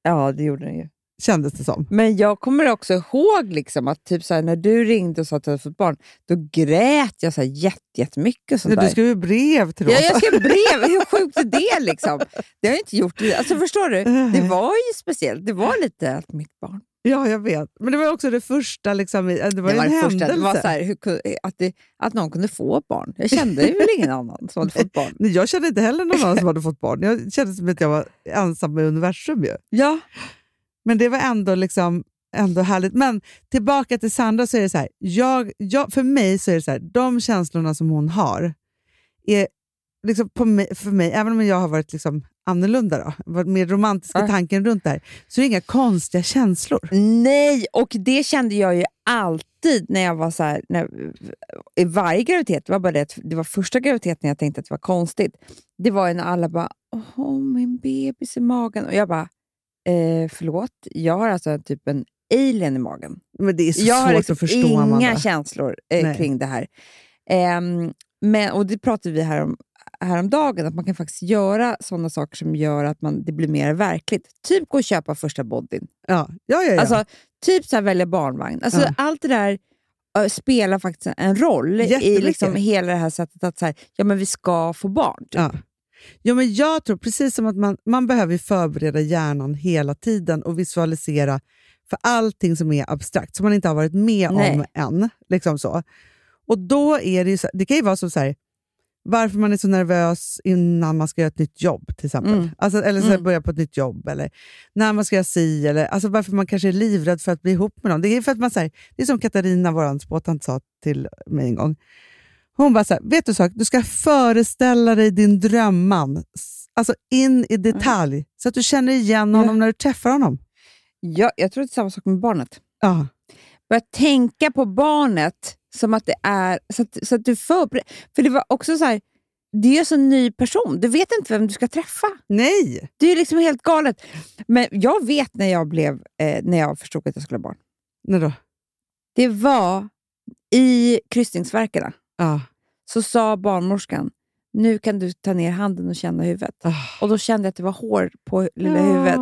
Ja, det gjorde den ju.
Kändes det som.
Men jag kommer också ihåg liksom att typ så här, när du ringde och sa att du hade fått barn, då grät jag så här jätte- jättemycket. och Sånt
Ja,
där.
du skrev ju brev till
Ja,
Rosa.
jag skrev brev. Hur sjukt är det? liksom? Det har jag inte gjort. Alltså, förstår du? Det var ju speciellt. Det var lite att mitt barn...
Ja, jag vet. Men det var också det första. Liksom, i- det var,
Det var
ju en
det första.
händelse.
Det var så här, hur, ku- att, det, att någon kunde få barn. Jag kände ju väl ingen annan som hade fått barn.
Nej, jag kände inte heller någon annan som hade fått barn. Jag kände som att jag var ensam i universum. Ju.
Ja.
Men det var ändå, liksom, ändå härligt. Men tillbaka till Sandra så är det så här. Jag, jag, för mig så är det så här. De känslorna som hon har är liksom på mig, för mig, även om jag har varit liksom annorlunda, då, varit mer romantisk i
Ja.
tanken runt det här, så är det inga konstiga känslor.
Nej, och det kände jag ju alltid när jag var så här, när, i varje graviditet. Det var bara det att det var första graviditeten jag tänkte att det var konstigt. Det var ju när alla bara ”Åh, min bebis i magen” och jag bara eh, ”Förlåt, jag har alltså typ en alien i magen”.
Men det är så
jag har
svårt
liksom
att förstå.
inga
Amanda.
känslor eh,
Nej.
kring det här. Ehm, men, och Det pratade vi här om, häromdagen, att man kan faktiskt göra sådana saker som gör att man, det blir mer verkligt. Typ gå och köpa första bodyn.
Ja, ja, ja. ja.
Alltså, typ så här välja barnvagn. Alltså,
Ja.
Allt det där eh, spelar faktiskt en roll i
Jättemycket.
liksom hela det här sättet att så här, ja, men vi ska få barn. Typ.
Ja. Ja, men jag tror precis som att man, man behöver ju förbereda hjärnan hela tiden och visualisera för allting som är abstrakt, som man inte har varit med
Nej.
om än. Liksom så. Och då är det ju så, det kan ju vara som så här, varför man är så nervös innan man ska göra ett nytt jobb till exempel.
Mm.
Alltså, eller så här,
Mm.
börja på ett nytt jobb, eller när man ska göra si, eller alltså, varför man kanske är livrädd för att bli ihop med någon. Det är, för att man, så här, det är som Katarina, vår spåtant, sa till mig en gång. Hon bara så här, vet du sak, du ska föreställa dig din drömman, s- alltså in
Mm.
i detalj, så att du känner igen honom när du träffar honom.
Ja, jag tror det är samma sak med barnet.
Ja.
Börja tänka på barnet som att det är... Så att, så att du förbereder... För det var också så här, det är ju så en ny person. Du vet inte vem du ska träffa.
Nej!
Det är ju liksom helt galet. Men jag vet när jag, blev, eh, när jag förstod att jag skulle ha barn.
Nej då.
Det var i kryssningsverkarna.
Ja.
Så sa barnmorskan, nu kan du ta ner handen och känna huvudet. Och då kände jag att det var hår på lilla huvudet.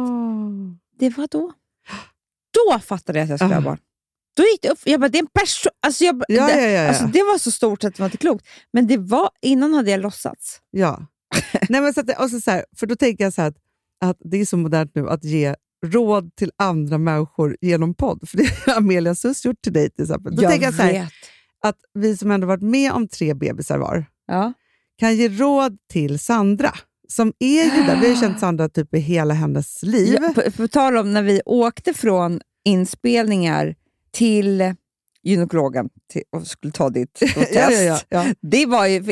Det var då. Då fattade jag att jag skulle
Ah.
ha barn. Då gick det upp. Jag bara, det är en person. Alltså, jag, bara-
Ja, ja,
det,
ja. ja.
alltså, det var så stort så att det var inte klokt. Men det var, innan hade jag låtsats.
Ja. Nej, men så att, det- och så så här, för då tänker jag så här att, att det är så modernt nu att ge råd till andra människor genom podd. För det har Amelia Sus gjort till dig till exempel. Då
jag
tänker jag så här,
vet.
att vi som ändå varit med om tre bebisar var
Ja.
kan ge råd till Sandra. Som är ju där. Vi har ju känt Sandra typ i hela hennes liv.
Ja, på, på tal om när vi åkte från inspelningar till gynekologen till, och skulle ta ditt test.
Ja, ja, ja, ja.
Det var ju för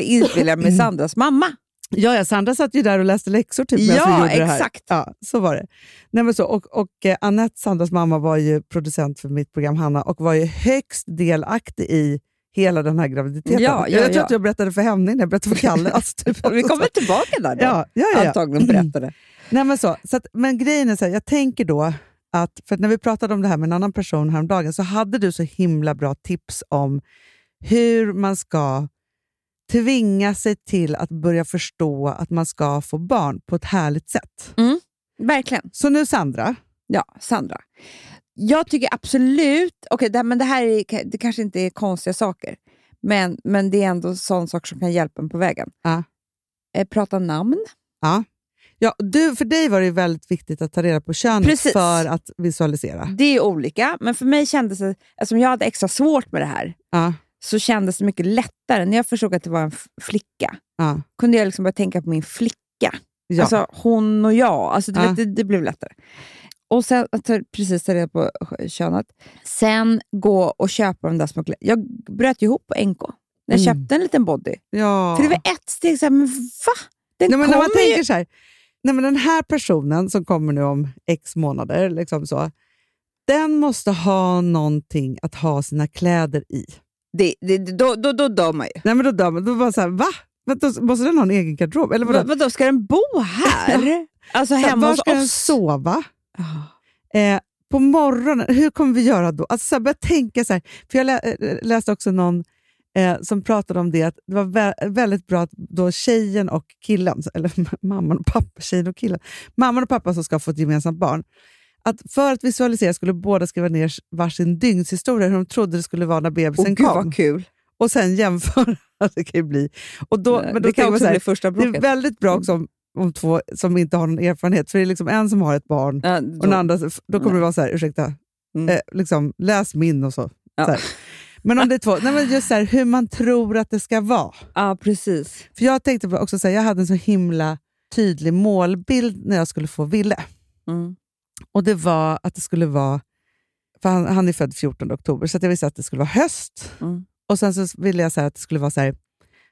inspelningar med Sandras mamma.
Ja, ja, Sandra satt ju där och läste läxor typ medan vi
Ja,
gjorde det här.
exakt.
Ja, så var det. Nej, men så, och och eh, Annette, Sandras mamma, var ju producent för mitt program Hanna och var ju högst delaktig i hela den här graviditeten.
Ja, ja,
jag tror
ja.
att jag berättade för henne innan jag berättade för Kalle. Alltså, typ,
Vi kommer tillbaka där då.
ja, ja, ja, ja.
Antagligen berättade.
Nej, men, så, så att, men grejen är så här, jag tänker då att, för att när vi pratade om det här med en annan person häromdagen så hade du så himla bra tips om hur man ska tvinga sig till att börja förstå att man ska få barn på ett härligt sätt.
Mm. Verkligen.
Så nu Sandra,
Ja, Sandra. Jag tycker absolut, okay, det, här- men det här är, det kanske inte är konstiga saker, men, men det är ändå sån sak som kan hjälpa en på vägen.
Ja.
Eh, prata namn.
ja, du, för dig var det ju väldigt viktigt att ta reda på kön
Precis.
för att visualisera.
Det är olika, men för mig kändes det, eftersom jag hade extra svårt med det här,
Ja,
så kändes det mycket lättare när jag förstod att det var en f- flicka.
ja,
Kunde jag liksom börja tänka på min flicka.
ja.
Alltså hon och jag. Alltså, du
Ja.
vet, det, det blev lättare. Och sen att ta- precis ta reda på kö- könet. Sen gå och köpa de där små klä- Jag bröt ju ihop på NK. När jag
Mm.
köpte en liten body.
ja.
För det var ett steg såhär, men va? Den
Nej, men när man
kommer ju...
tänker så här, nej, men den här personen som kommer nu om x månader, liksom så, den måste ha någonting att ha sina kläder i.
Det, det, det, då, då, då dör man ju.
Nej, men då, dör man. då bara så här, va? Men då måste den ha en egen garderob? Eller vadå?
Vadå, vadå ska den bo här? alltså
Så här,
hemma
var
hos
ska den
oss?
sova?
Ah.
Eh, på morgonen, hur kommer vi göra då? Alltså, så här, börja tänka så här, för jag lä- eh, läste också någon eh, som pratade om det, att det var vä- väldigt bra att då tjejen och killen, eller mamman och pappa, tjejen och killen, mamman och pappan som ska få ett gemensamt barn, att för att visualisera skulle båda skriva ner varsin dygnshistoria, hur de trodde det skulle vara när
Åh,
bebisen
gud
kom,
vad kul.
och sen jämföra. det kan ju bli... Och då, men då
det
tänker
kan
man
också
så här,
bli första
det är
bråket.
väldigt bra också om, om två som inte har någon erfarenhet, för det är liksom en som har ett barn
Ja,
och den andra, då kommer det vara så här, ursäkta,
Mm.
eh, liksom, läs min och så.
Ja.
så här. Men om det är två, nej men just så här, hur man tror att det ska vara.
ja, precis.
För jag tänkte på också så här, jag hade en så himla tydlig målbild när jag skulle få Ville.
Mm.
Och det var att det skulle vara, för han, han är född 14 oktober, så att jag visste att det skulle vara höst.
Mm.
Och sen så ville jag så här, att det skulle vara så här,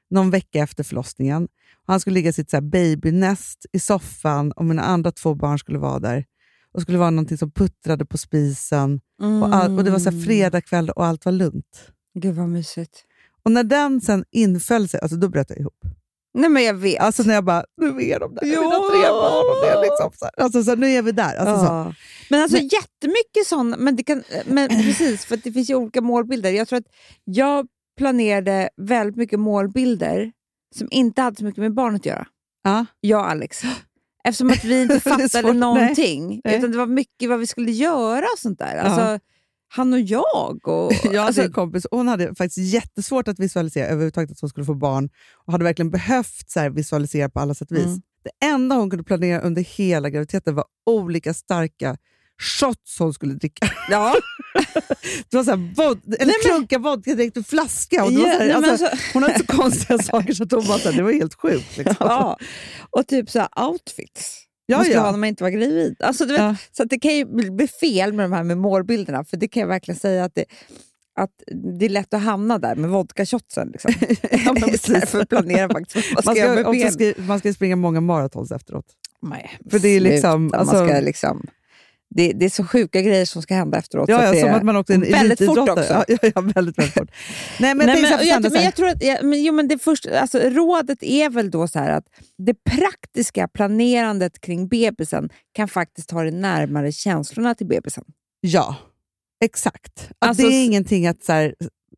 någon vecka efter förlossningen. Och han skulle ligga i sitt så här, babynäst i soffan och mina andra två barn skulle vara där. Och skulle vara någonting som puttrade på spisen. Och, all, och Det var så här, fredag kväll och allt var lugnt.
Mm. Gud vad mysigt.
Och när den sen inföll sig, alltså då bröt jag ihop.
Nej men jag vet.
Alltså när jag bara, nu är de där, mina
Ja.
tre barn. Och det är liksom så här. Alltså så här, nu är vi där. Alltså, så.
Ja. Men alltså jättemycket sådana, men, det kan, men precis för att det finns ju olika målbilder. Jag tror att jag planerade väldigt mycket målbilder som inte hade så mycket med barnet att göra.
Ja.
Jag och Alex. Eftersom att vi inte
Det är
fattade
svårt, nej.
någonting.
Nej.
Utan det var mycket vad vi skulle göra och sånt där. Alltså, Han och jag. Och,
Jag hade
alltså,
en kompis, hon hade faktiskt jättesvårt att visualisera överhuvudtaget att hon skulle få barn och hade verkligen behövt så här, visualisera på alla sätt och vis.
Mm.
Det enda hon kunde planera under hela graviditeten var olika starka shots hon skulle dricka.
Ja.
Det var så här, vod- eller klunkar vodka direkt ur flaska. Och det var så här,
Ja, men
alltså, Hon hade så konstiga saker så att hon bara, så här, det var helt sjukt. Liksom.
Ja, Alltså, och typ så här outfits.
Ja,
man skulle
ja.
ha när man inte var gravid. Alltså, du vet,
Ja.
Så att det kan ju bli bli fel med de här memorbilderna, för det kan jag verkligen säga att det, att det är lätt att hamna där med vodka-shotsen. Liksom.
Ja, men precis.
Istället för att planera faktiskt
Man
vad man ska
ska,
göra med
också
ben.
skri- man ska springa många maratons efteråt.
Nej,
För det är liksom-
sluta,
alltså-
man ska liksom det, det är så sjuka grejer som ska hända efteråt. så
Ja, ja,
det,
som att man också är en
väldigt fort
elitidrottare.
också.
Ja, ja, ja, väldigt, väldigt fort. Nej, men
Nej,
jag
men,
tänkte
jag,
jag
men jag tror att, ja, men, jo, men det första, alltså, rådet är väl då så här att det praktiska planerandet kring bebisen kan faktiskt ta dig närmare känslorna till bebisen.
Ja, exakt. Att
Alltså,
det är ingenting att så här,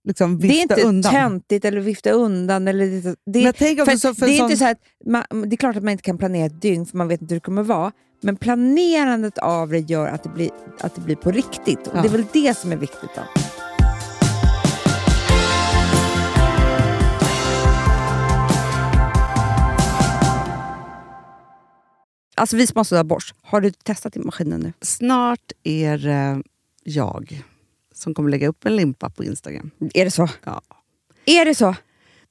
liksom
det är
vifta
inte
undan.
töntigt eller vifta undan. Eller, det,
Men
det,
jag tänker
för,
också så för
det är
sån,
inte så här att man, det är klart att man inte kan planera ett dygn för man vet inte hur det kommer vara. Men planerandet av det gör att det blir, att det blir på riktigt. Och
Ja.
Det är väl det som är viktigt. Då. Alltså vi som har sådär borst, har du testat i maskinen nu?
Snart är eh, jag som kommer lägga upp en limpa på Instagram.
Är det så?
Ja.
Är det så?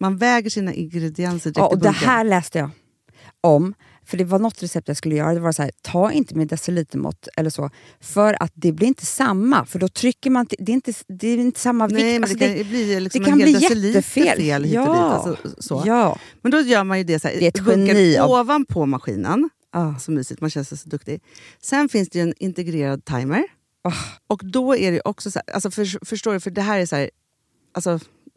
man väger sina ingredienser direkt
Ja,
i
och det
bunken.
här läste jag om. För det var något recept jag skulle göra. Det var så här, ta inte med decilitermått eller så. För att det blir inte samma. För då trycker man, till- det är inte, det är inte samma
Nej, men
vikt. Alltså,
det kan ju bli liksom
kan
en hel
bli
deciliter
jättefel.
fel hit och dit.
Ja.
Alltså, så.
Ja.
Men då gör man ju det så här,
Det är ett
bunkar
geni av-
ovanpå maskinen.
Ah.
Så mysigt, man känns så duktig. Sen finns det ju en integrerad timer.
Ah.
Och då är det ju också så här, alltså för, förstår du, för det här är så här, alltså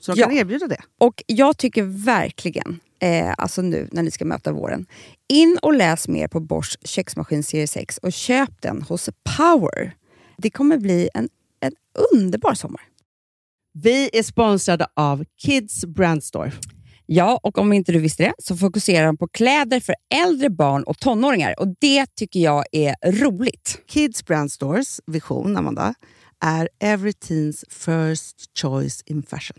Så de
Ja.
kan erbjuda det.
Och jag tycker verkligen, eh, alltså nu när ni ska möta våren, in och läs mer på Bosch köksmaskin serie 6 och köp den hos Power. Det kommer bli en, en underbar sommar.
Vi är sponsrade av Kids Brand Store.
Ja, och om inte du visste det så fokuserar de på kläder för äldre barn och tonåringar och det tycker jag är roligt.
Kids Brand Stores vision, Amanda, är every teens first choice in fashion.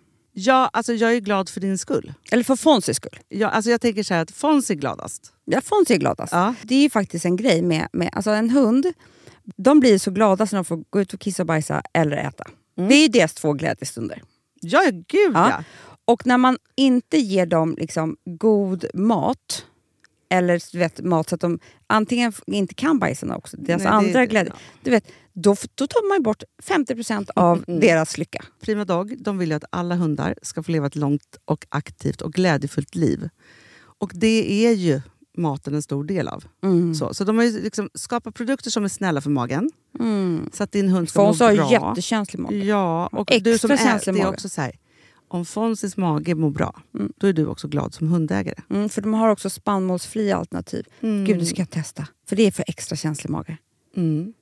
Ja, alltså jag är glad för din skull.
Eller för Fonzys skull.
Jag, alltså jag tänker så här att Fons är gladast.
Ja, Fonzie är gladast.
Ja.
alltså. Det är ju faktiskt en grej med, med alltså en hund. De blir så glada när de får gå ut och kissa och bajsa eller äta.
Mm.
Det är ju deras två glädjestunder.
Ja, gud ja.
Ja. Och när man inte ger dem liksom god mat, eller du vet, mat så att de antingen f- inte kan bajsa också, deras
Nej, det-
andra
det-
glädje.
ja.
Du vet, då, f- då tar man ju bort 50% av
Mm.
deras lycka.
Prima Dog de vill ju att alla hundar ska få leva ett långt, och aktivt och glädjefullt liv. Och det är ju maten en stor del av.
Mm.
Så, så de har ju liksom skapat produkter som är snälla för magen, Mm. så att din hund ska
Fons
må
har
bra.
ju jättekänslig mage.
Ja, och
Extra
du som är,
känslig Mm.
det är
mage.
också så här, om Fonzis mage mår bra, då är du också glad som hundägare.
Mm, för de har också spannmålsfria alternativ. Gud, det ska jag testa. För det är för extra känslig mage.
Mm.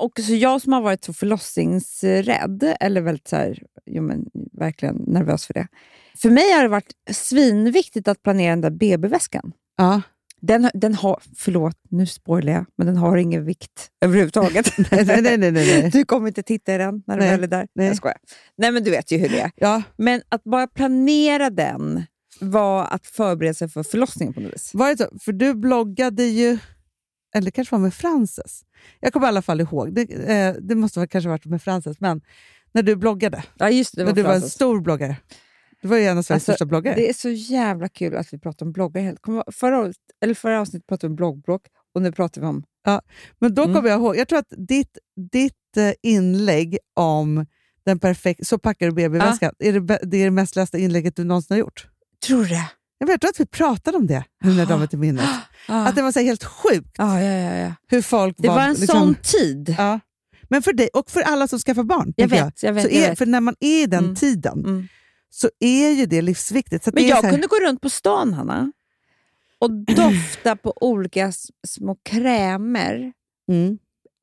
Och så jag som har varit så förlossningsrädd, eller väldigt så här, jo men, verkligen nervös för det. För mig har det varit svinviktigt att planera den där BB-väskan.
Ja.
Den, den har, förlåt, nu spoilar jag, men den har ingen vikt överhuvudtaget.
nej, nej, nej, nej, nej.
Du kommer inte titta i den när du
Nej,
väl är där.
nej.
Jag skojar. Nej, men du vet ju hur det är.
Ja.
Men att bara planera den var att förbereda sig för förlossningen på något vis.
Var det så? För du bloggade ju, eller det kanske var med Frances. Jag kommer i alla fall ihåg, det, eh, det måste ha kanske varit med Frances, men när du bloggade,
Ja, just det.
när du var en
Frances.
stor bloggare. Du var ju en av Sveriges
Alltså,
största bloggare.
Det är så jävla kul att vi pratar om bloggar. helt. Kommer du ihåg, Förra, året- eller förra avsnittet pratade vi om bloggbråk och nu pratar vi om...
Men då
Mm.
kommer jag ihåg, jag tror att ditt, ditt eh, inlägg om den perfekta, så packar du BB-väskan, är det, bä- det är det mest lästa inlägget du någonsin har gjort.
Tror du det?
Jag, vet, jag tror att vi pratade om det nu när de är till minnet.
Ah.
Att det var så här helt sjukt
Ja, ja, ja, ja.
hur folk
Det var en
liksom-
sån tid.
Ja. Men för dig och för alla som skaffar barn.
Jag
tänker
vet, jag vet.
så
jag
är,
vet.
För när man är i den
Mm.
tiden
Mm.
så är ju det livsviktigt. Så att
Men
det är
jag
så här,
kunde gå runt på stan, Hanna, och dofta på olika s- små krämer.
Mm.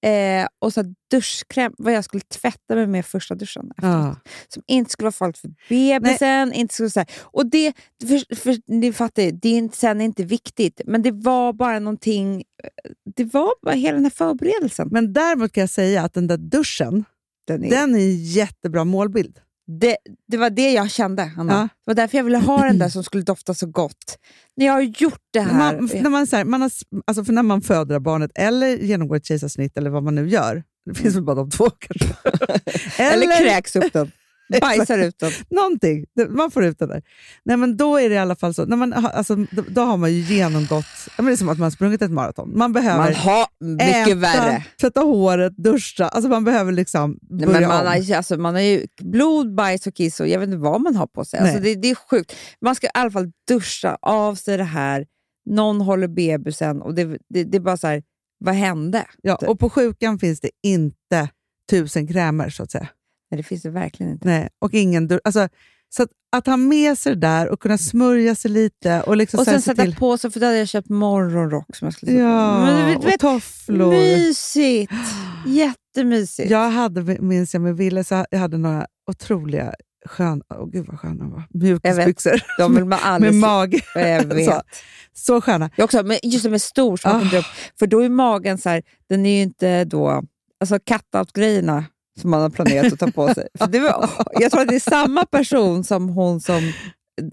Eh, och så här duschkräm, vad jag skulle tvätta mig med första duschen. efteråt.
Ja.
som inte skulle vara farligt för bebisen. Inte skulle så här. Och det, för, för, ni fattar ju, det är inte, sen inte viktigt, men det var bara någonting, eh, det var bara hela den här förberedelsen.
Men däremot kan jag säga att den där duschen,
Den är,
den är en jättebra målbild.
det, det var det jag kände, Hanna.
Ja.
Det var därför jag ville ha den där som skulle dofta så gott. När jag har gjort det
När
här.
man, när, man, så här, man har, s- alltså för när man föder barnet eller genomgår ett kejsarsnitt eller vad man nu gör, det finns väl bara de två kanske.
eller, kräks upp den. Bajsar ut den.
någonting. Det- Man får ut det där. Nej, men då är det i alla fall så. När man, har- alltså, då, då har man ju genomgått... ja, men Det är som att man har sprungit ett maraton. Man behöver
Man har mycket
äta,
värre.
tvätta håret, duscha. Alltså man behöver liksom
Nej,
börja
men man,
om.
har, alltså, man har ju blod, bajs och kiss och jag vet inte vad man har på sig. Alltså,
Nej.
det, det är sjukt. Man ska i alla fall duscha av sig det här. Någon håller bebisen och det, det, det är bara så här, vad hände?
Ja, och på sjukan finns det inte tusen krämer så att säga.
Nej, det finns det verkligen inte.
Nej, och ingen dur- alltså, så att, att ha med sig det där och kunna smörja sig lite och liksom
och
så här
sen
se
sätta
till...
på sig, för då hade jag köpt morgonrock som jag skulle sätta
Ja,
på mig. Men du vet-
och
vet,
tofflor.
Mysigt! Jättemysigt.
Jag hade, minns jag med Ville, så jag hade några otroliga sköna, oh, gud vad sköna de var,
Jag vet.
mjukisbyxor
De vill man
med
aldrig se.
mage.
Jag vet.
Så. Så sköna.
Jag också, men just det med stor som man
Ah.
kan dra upp. För då är magen så här, den är ju inte då, alltså cut-out-grejerna som man har planerat att ta på sig. För det var, jag tror att det är samma person som hon som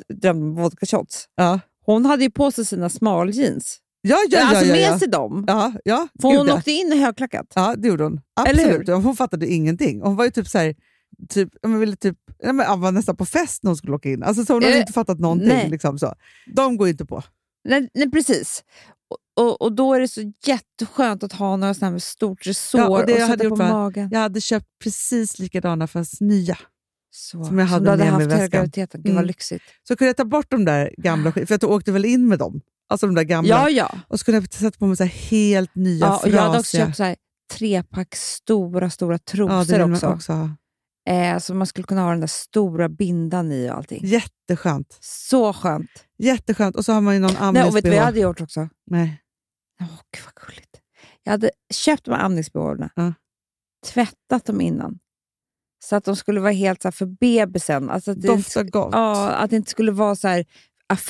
drömde om vodka shots.
Ja,
Hon hade ju på sig sina smaljeans.
ja, ja. ja,
alltså
ja, ja.
med sig dem.
ja, ja.
För
gud,
hon
ja.
åkte in i högklackat.
Ja, det gjorde hon.
Eller
Absolut. Hon fattade ingenting. Hon var ju typ så här, typ, ja, men ville typ, ja, men, ja, var nästan på fest när hon skulle åka in. Alltså, så hon hade
Eh,
inte fattat någonting.
nej.
Liksom, så. De går ju inte på.
Nej, nej precis. Och, och, och då är det så jätteskönt att ha några sådana här med stort resår
Ja, och
och,
det jag
sätta
hade
på
gjort var-
magen.
Jag hade köpt precis likadana fast nya.
Så,
som jag hade
du hade
med mig i
haft hela
väskan.
graviditeten. Gud
Mm.
vad lyxigt.
Så kunde jag ta bort de där gamla, sk- för att jag åkte väl in med dem. Alltså de där gamla.
Ja, ja.
Och så kunde jag sätta på mig så här helt nya,
ja och jag hade också
frasiga-
köpt så här trepack stora, stora
Ja, det
trosor
vill man
också.
också ha.
Eh, så man skulle kunna ha den där stora bindan i och allting.
Jätteskönt.
Så skönt.
Jätteskönt. Och så har man ju någon
Nej, och vet du vad jag
amningsbehå.
hade gjort också?
Nej.
Åh, gud vad gulligt. Jag hade köpt de här amningsbehåvorna,
Ja.
tvättat dem innan. Så att de skulle vara helt så här för bebisen. Alltså att det
Doftar gott.
Ja, att det inte skulle vara så här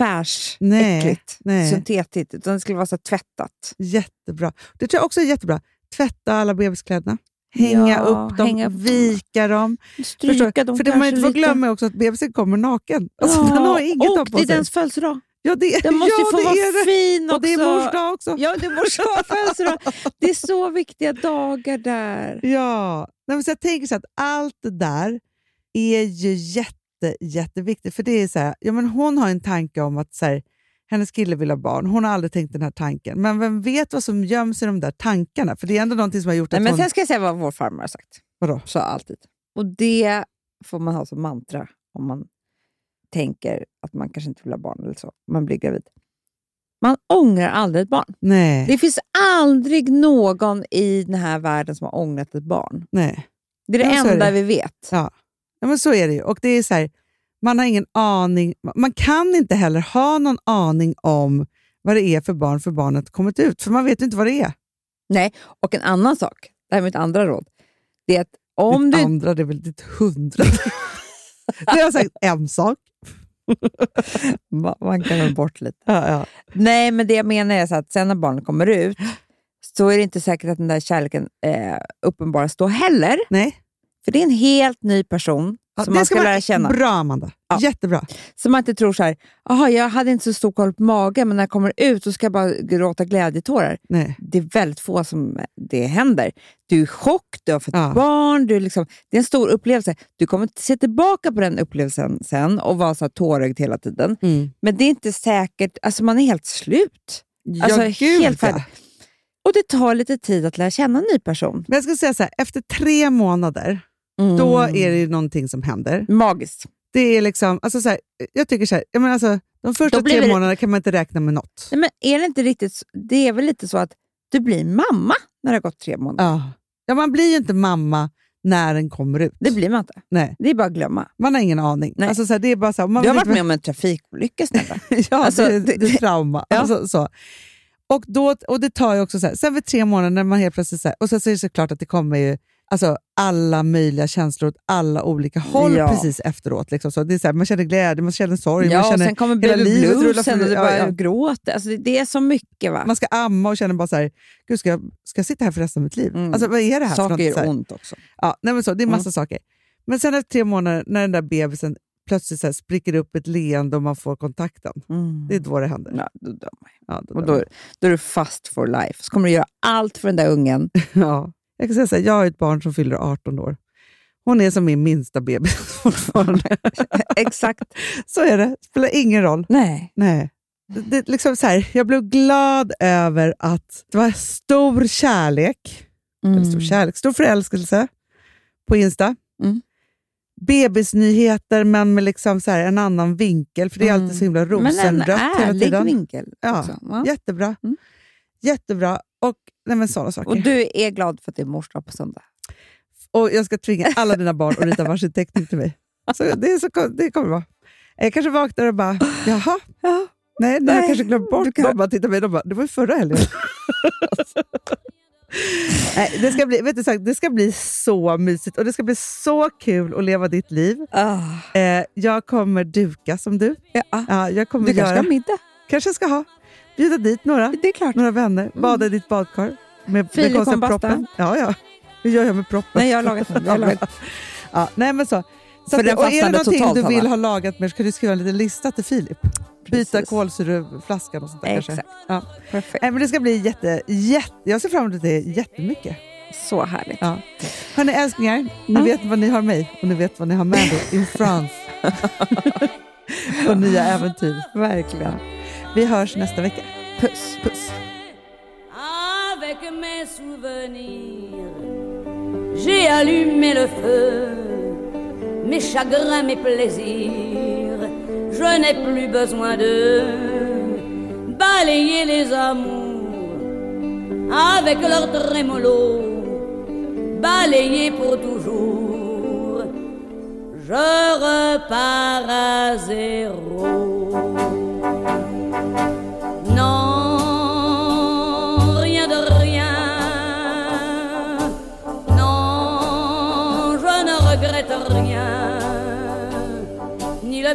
Nej,
affärsäckligt,
nej.
syntetigt, utan det skulle vara så här tvättat.
Jättebra. Det tror jag också är jättebra. Tvätta alla bebiskläderna. Hänga
Ja,
upp dem,
hänga upp dem.
vika dem. Förstår
Stryka
du?
dem
För det man
kanske
inte får
lite.
glömma är också att bebisen kommer naken. Alltså,
Ja,
Den har inget
och
av på
det är
sig.
dens födelsedag.
Ja, det,
Den måste
ja,
ju få
det är
vara
det.
fin också.
Och det är mors dag också.
Ja, det är mors dag, födelsedag. Det är så viktiga dagar där.
Ja. Nej, men så jag tänker så att allt det där är ju jätte, jätteviktigt. För det är så här, ja, men hon har en tanke om att så här, hennes kille vill ha barn. Hon har aldrig tänkt den här tanken. Men vem vet vad som göms i de där tankarna? För det är ändå någonting som har gjort
Nej,
att
men
hon...
sen ska jag säga vad vår farmor har sagt.
Vadå?
Så alltid. Och det får man ha som mantra om man tänker att man kanske inte vill ha barn eller så. om Man blir gravid. Man ångrar aldrig ett barn.
Nej.
Det finns aldrig någon i den här världen som har ångrat ett barn.
Nej.
Det är det
Ja, så är
enda
det.
vi vet.
Ja. Ja, men så är det ju. Och det är så här, man har ingen aning. Man kan inte heller ha någon aning om vad det är för barn för barnet kommit ut. För man vet ju inte vad det är.
Och en annan sak, det här är mitt andra råd. Det är att om
Ditt
du
andra, det är väl ditt hundrade. Nu har jag sagt en sak.
Ma- Man kan väl bort lite.
Ja, ja.
Nej, men det jag menar är så att sen när barnet kommer ut så är det inte säkert att den där kärleken eh, uppenbaras då heller.
Nej.
För det är en helt ny person
Ja,
som
det
man ska, lära känna.
Bra, Amanda.
Ja.
Jättebra.
Så man inte tror så här, Jaha, jag hade inte så stor koll på magen, men när jag kommer ut så ska jag bara gråta glädjetårar.
Nej.
Det är väldigt få som det händer. Du är i chock, du har fått
Ja.
barn, du är liksom, det är en stor upplevelse. Du kommer se tillbaka på den upplevelsen sen och vara så här tårögd hela tiden. Men det är inte säkert, alltså man är helt slut. Alltså,
ja, gud,
helt
ja.
färdig. Och det tar lite tid att lära känna en ny person.
Men jag ska säga så här, efter tre månader,
Mm.
då är det ju någonting som händer.
Magiskt.
Det är liksom, alltså så här, jag tycker så här, jag menar alltså, de första
Då blir
tre
det-
månaderna kan man inte räkna med något.
Nej, men är det inte riktigt så, det är väl lite så att du blir mamma när det har gått tre månader?
Ja. ja, man blir ju inte mamma när den kommer ut.
Det blir man inte.
Nej,
Det är bara att glömma.
man har ingen aning.
Nej.
Alltså, så här, det är bara så här, man
Du har
vet
varit
inte-
med om en trafikolycka snälla.
ja,
Alltså,
det, det,
det-
är trauma.
Ja.
Alltså, så. Och, då, och det tar ju också så här, sen vid tre månader när man helt plötsligt så här, och sen så är det såklart att det kommer ju alltså, alla möjliga känslor åt alla olika håll
Ja.
precis efteråt. Liksom. Så det är så här, man känner glädje, man känner sorg,
ja,
man,
och
känner,
sen kommer
hela
baby
livet rullar
bluesen
förbi.
och du
Ja,
bara
ja.
gråter. Alltså, det, det är så mycket va?
man ska amma och känner bara så här, gud ska jag, ska jag sitta här för resten av mitt liv?
Mm.
Alltså vad är det här för något?
Saker
Så här?
gör ont också.
Ja, nej men så, det är massa
Mm.
saker. Men sen efter tre månader, när den där bebisen plötsligt så här spricker upp ett leende och man får kontakten,
Mm.
det är då det händer.
Ja, då dör man.
Ja, då
Och
dör
då, då är du fast for life. Så kommer du göra allt för den där ungen.
man. ja. Jag kan säga så här, jag har ett barn som fyller 18 år. Hon är som min minsta bebis fortfarande.
Exakt.
så är det, spelar ingen roll.
Nej.
Nej. Det, det, liksom så här, jag blev glad över att det var stor kärlek, eller stor kärlek, stor förälskelse på Insta.
Mm.
Bebisnyheter, men med liksom så här en annan vinkel, för det är
Mm.
alltid så himla
Men en
rosenrött hela
ärlig
tiden.
vinkel.
Ja,
också, va?
Jättebra.
Mm.
Jättebra. Och, nej men sådana saker.
Och
Och,
du är glad för att det är mors dag på söndag.
jag ska tvinga alla dina barn att rita varsin teckning till mig. Så det, är så, det kommer vara. Jag kanske vaknar och bara, jaha,
Ja.
nej, nej jag
Nej,
kanske glömt bort.
du kan-
De bara tittar på mig de bara, det var ju förra helgen. nej, det, ska bli, vet du, så här, det ska bli så mysigt och det ska bli så kul att leva ditt liv. Eh, jag kommer duka som du.
Ah. Ja.
Ja, jag kommer
Du kanske
göra,
ska ha middag?
kanske ska ha. Bjuda dit några.
Det är klart.
några vänner,
Mm.
bada i ditt badkar med, med
Filip
konstiga
och basta.
proppen. Ja, ja. Hur gör jag med proppen?
Nej, jag har lagat den. Jag har lagat
ja, nej, men så. så
För
att,
den
och är det
fastnade
någonting
totalt,
du vill
Hanna.
ha lagat med så kan du skriva en liten lista till Filip. Byta
Precis.
kolsyreflaskan och sånt där kanske.
Exakt.
Ja.
Perfekt.
Nej, men det ska bli jätte, jätte... Jag ser fram emot det jättemycket.
Så härligt.
Ja. Hörni älsklingar, ni vet vad ni har mig och ni vet vad ni har Mandy in France. och nya äventyr, verkligen. Vi hörs nästa vecka. Puss, puss.
avec mes souvenirs. J'ai allumé le feu, mes chagrins, mes plaisirs. Je n'ai plus besoin de balayer les amours avec leur trémolo, balayer pour toujours. Je repars à zéro. Non, rien de rien. Non, je ne regrette rien. Ni le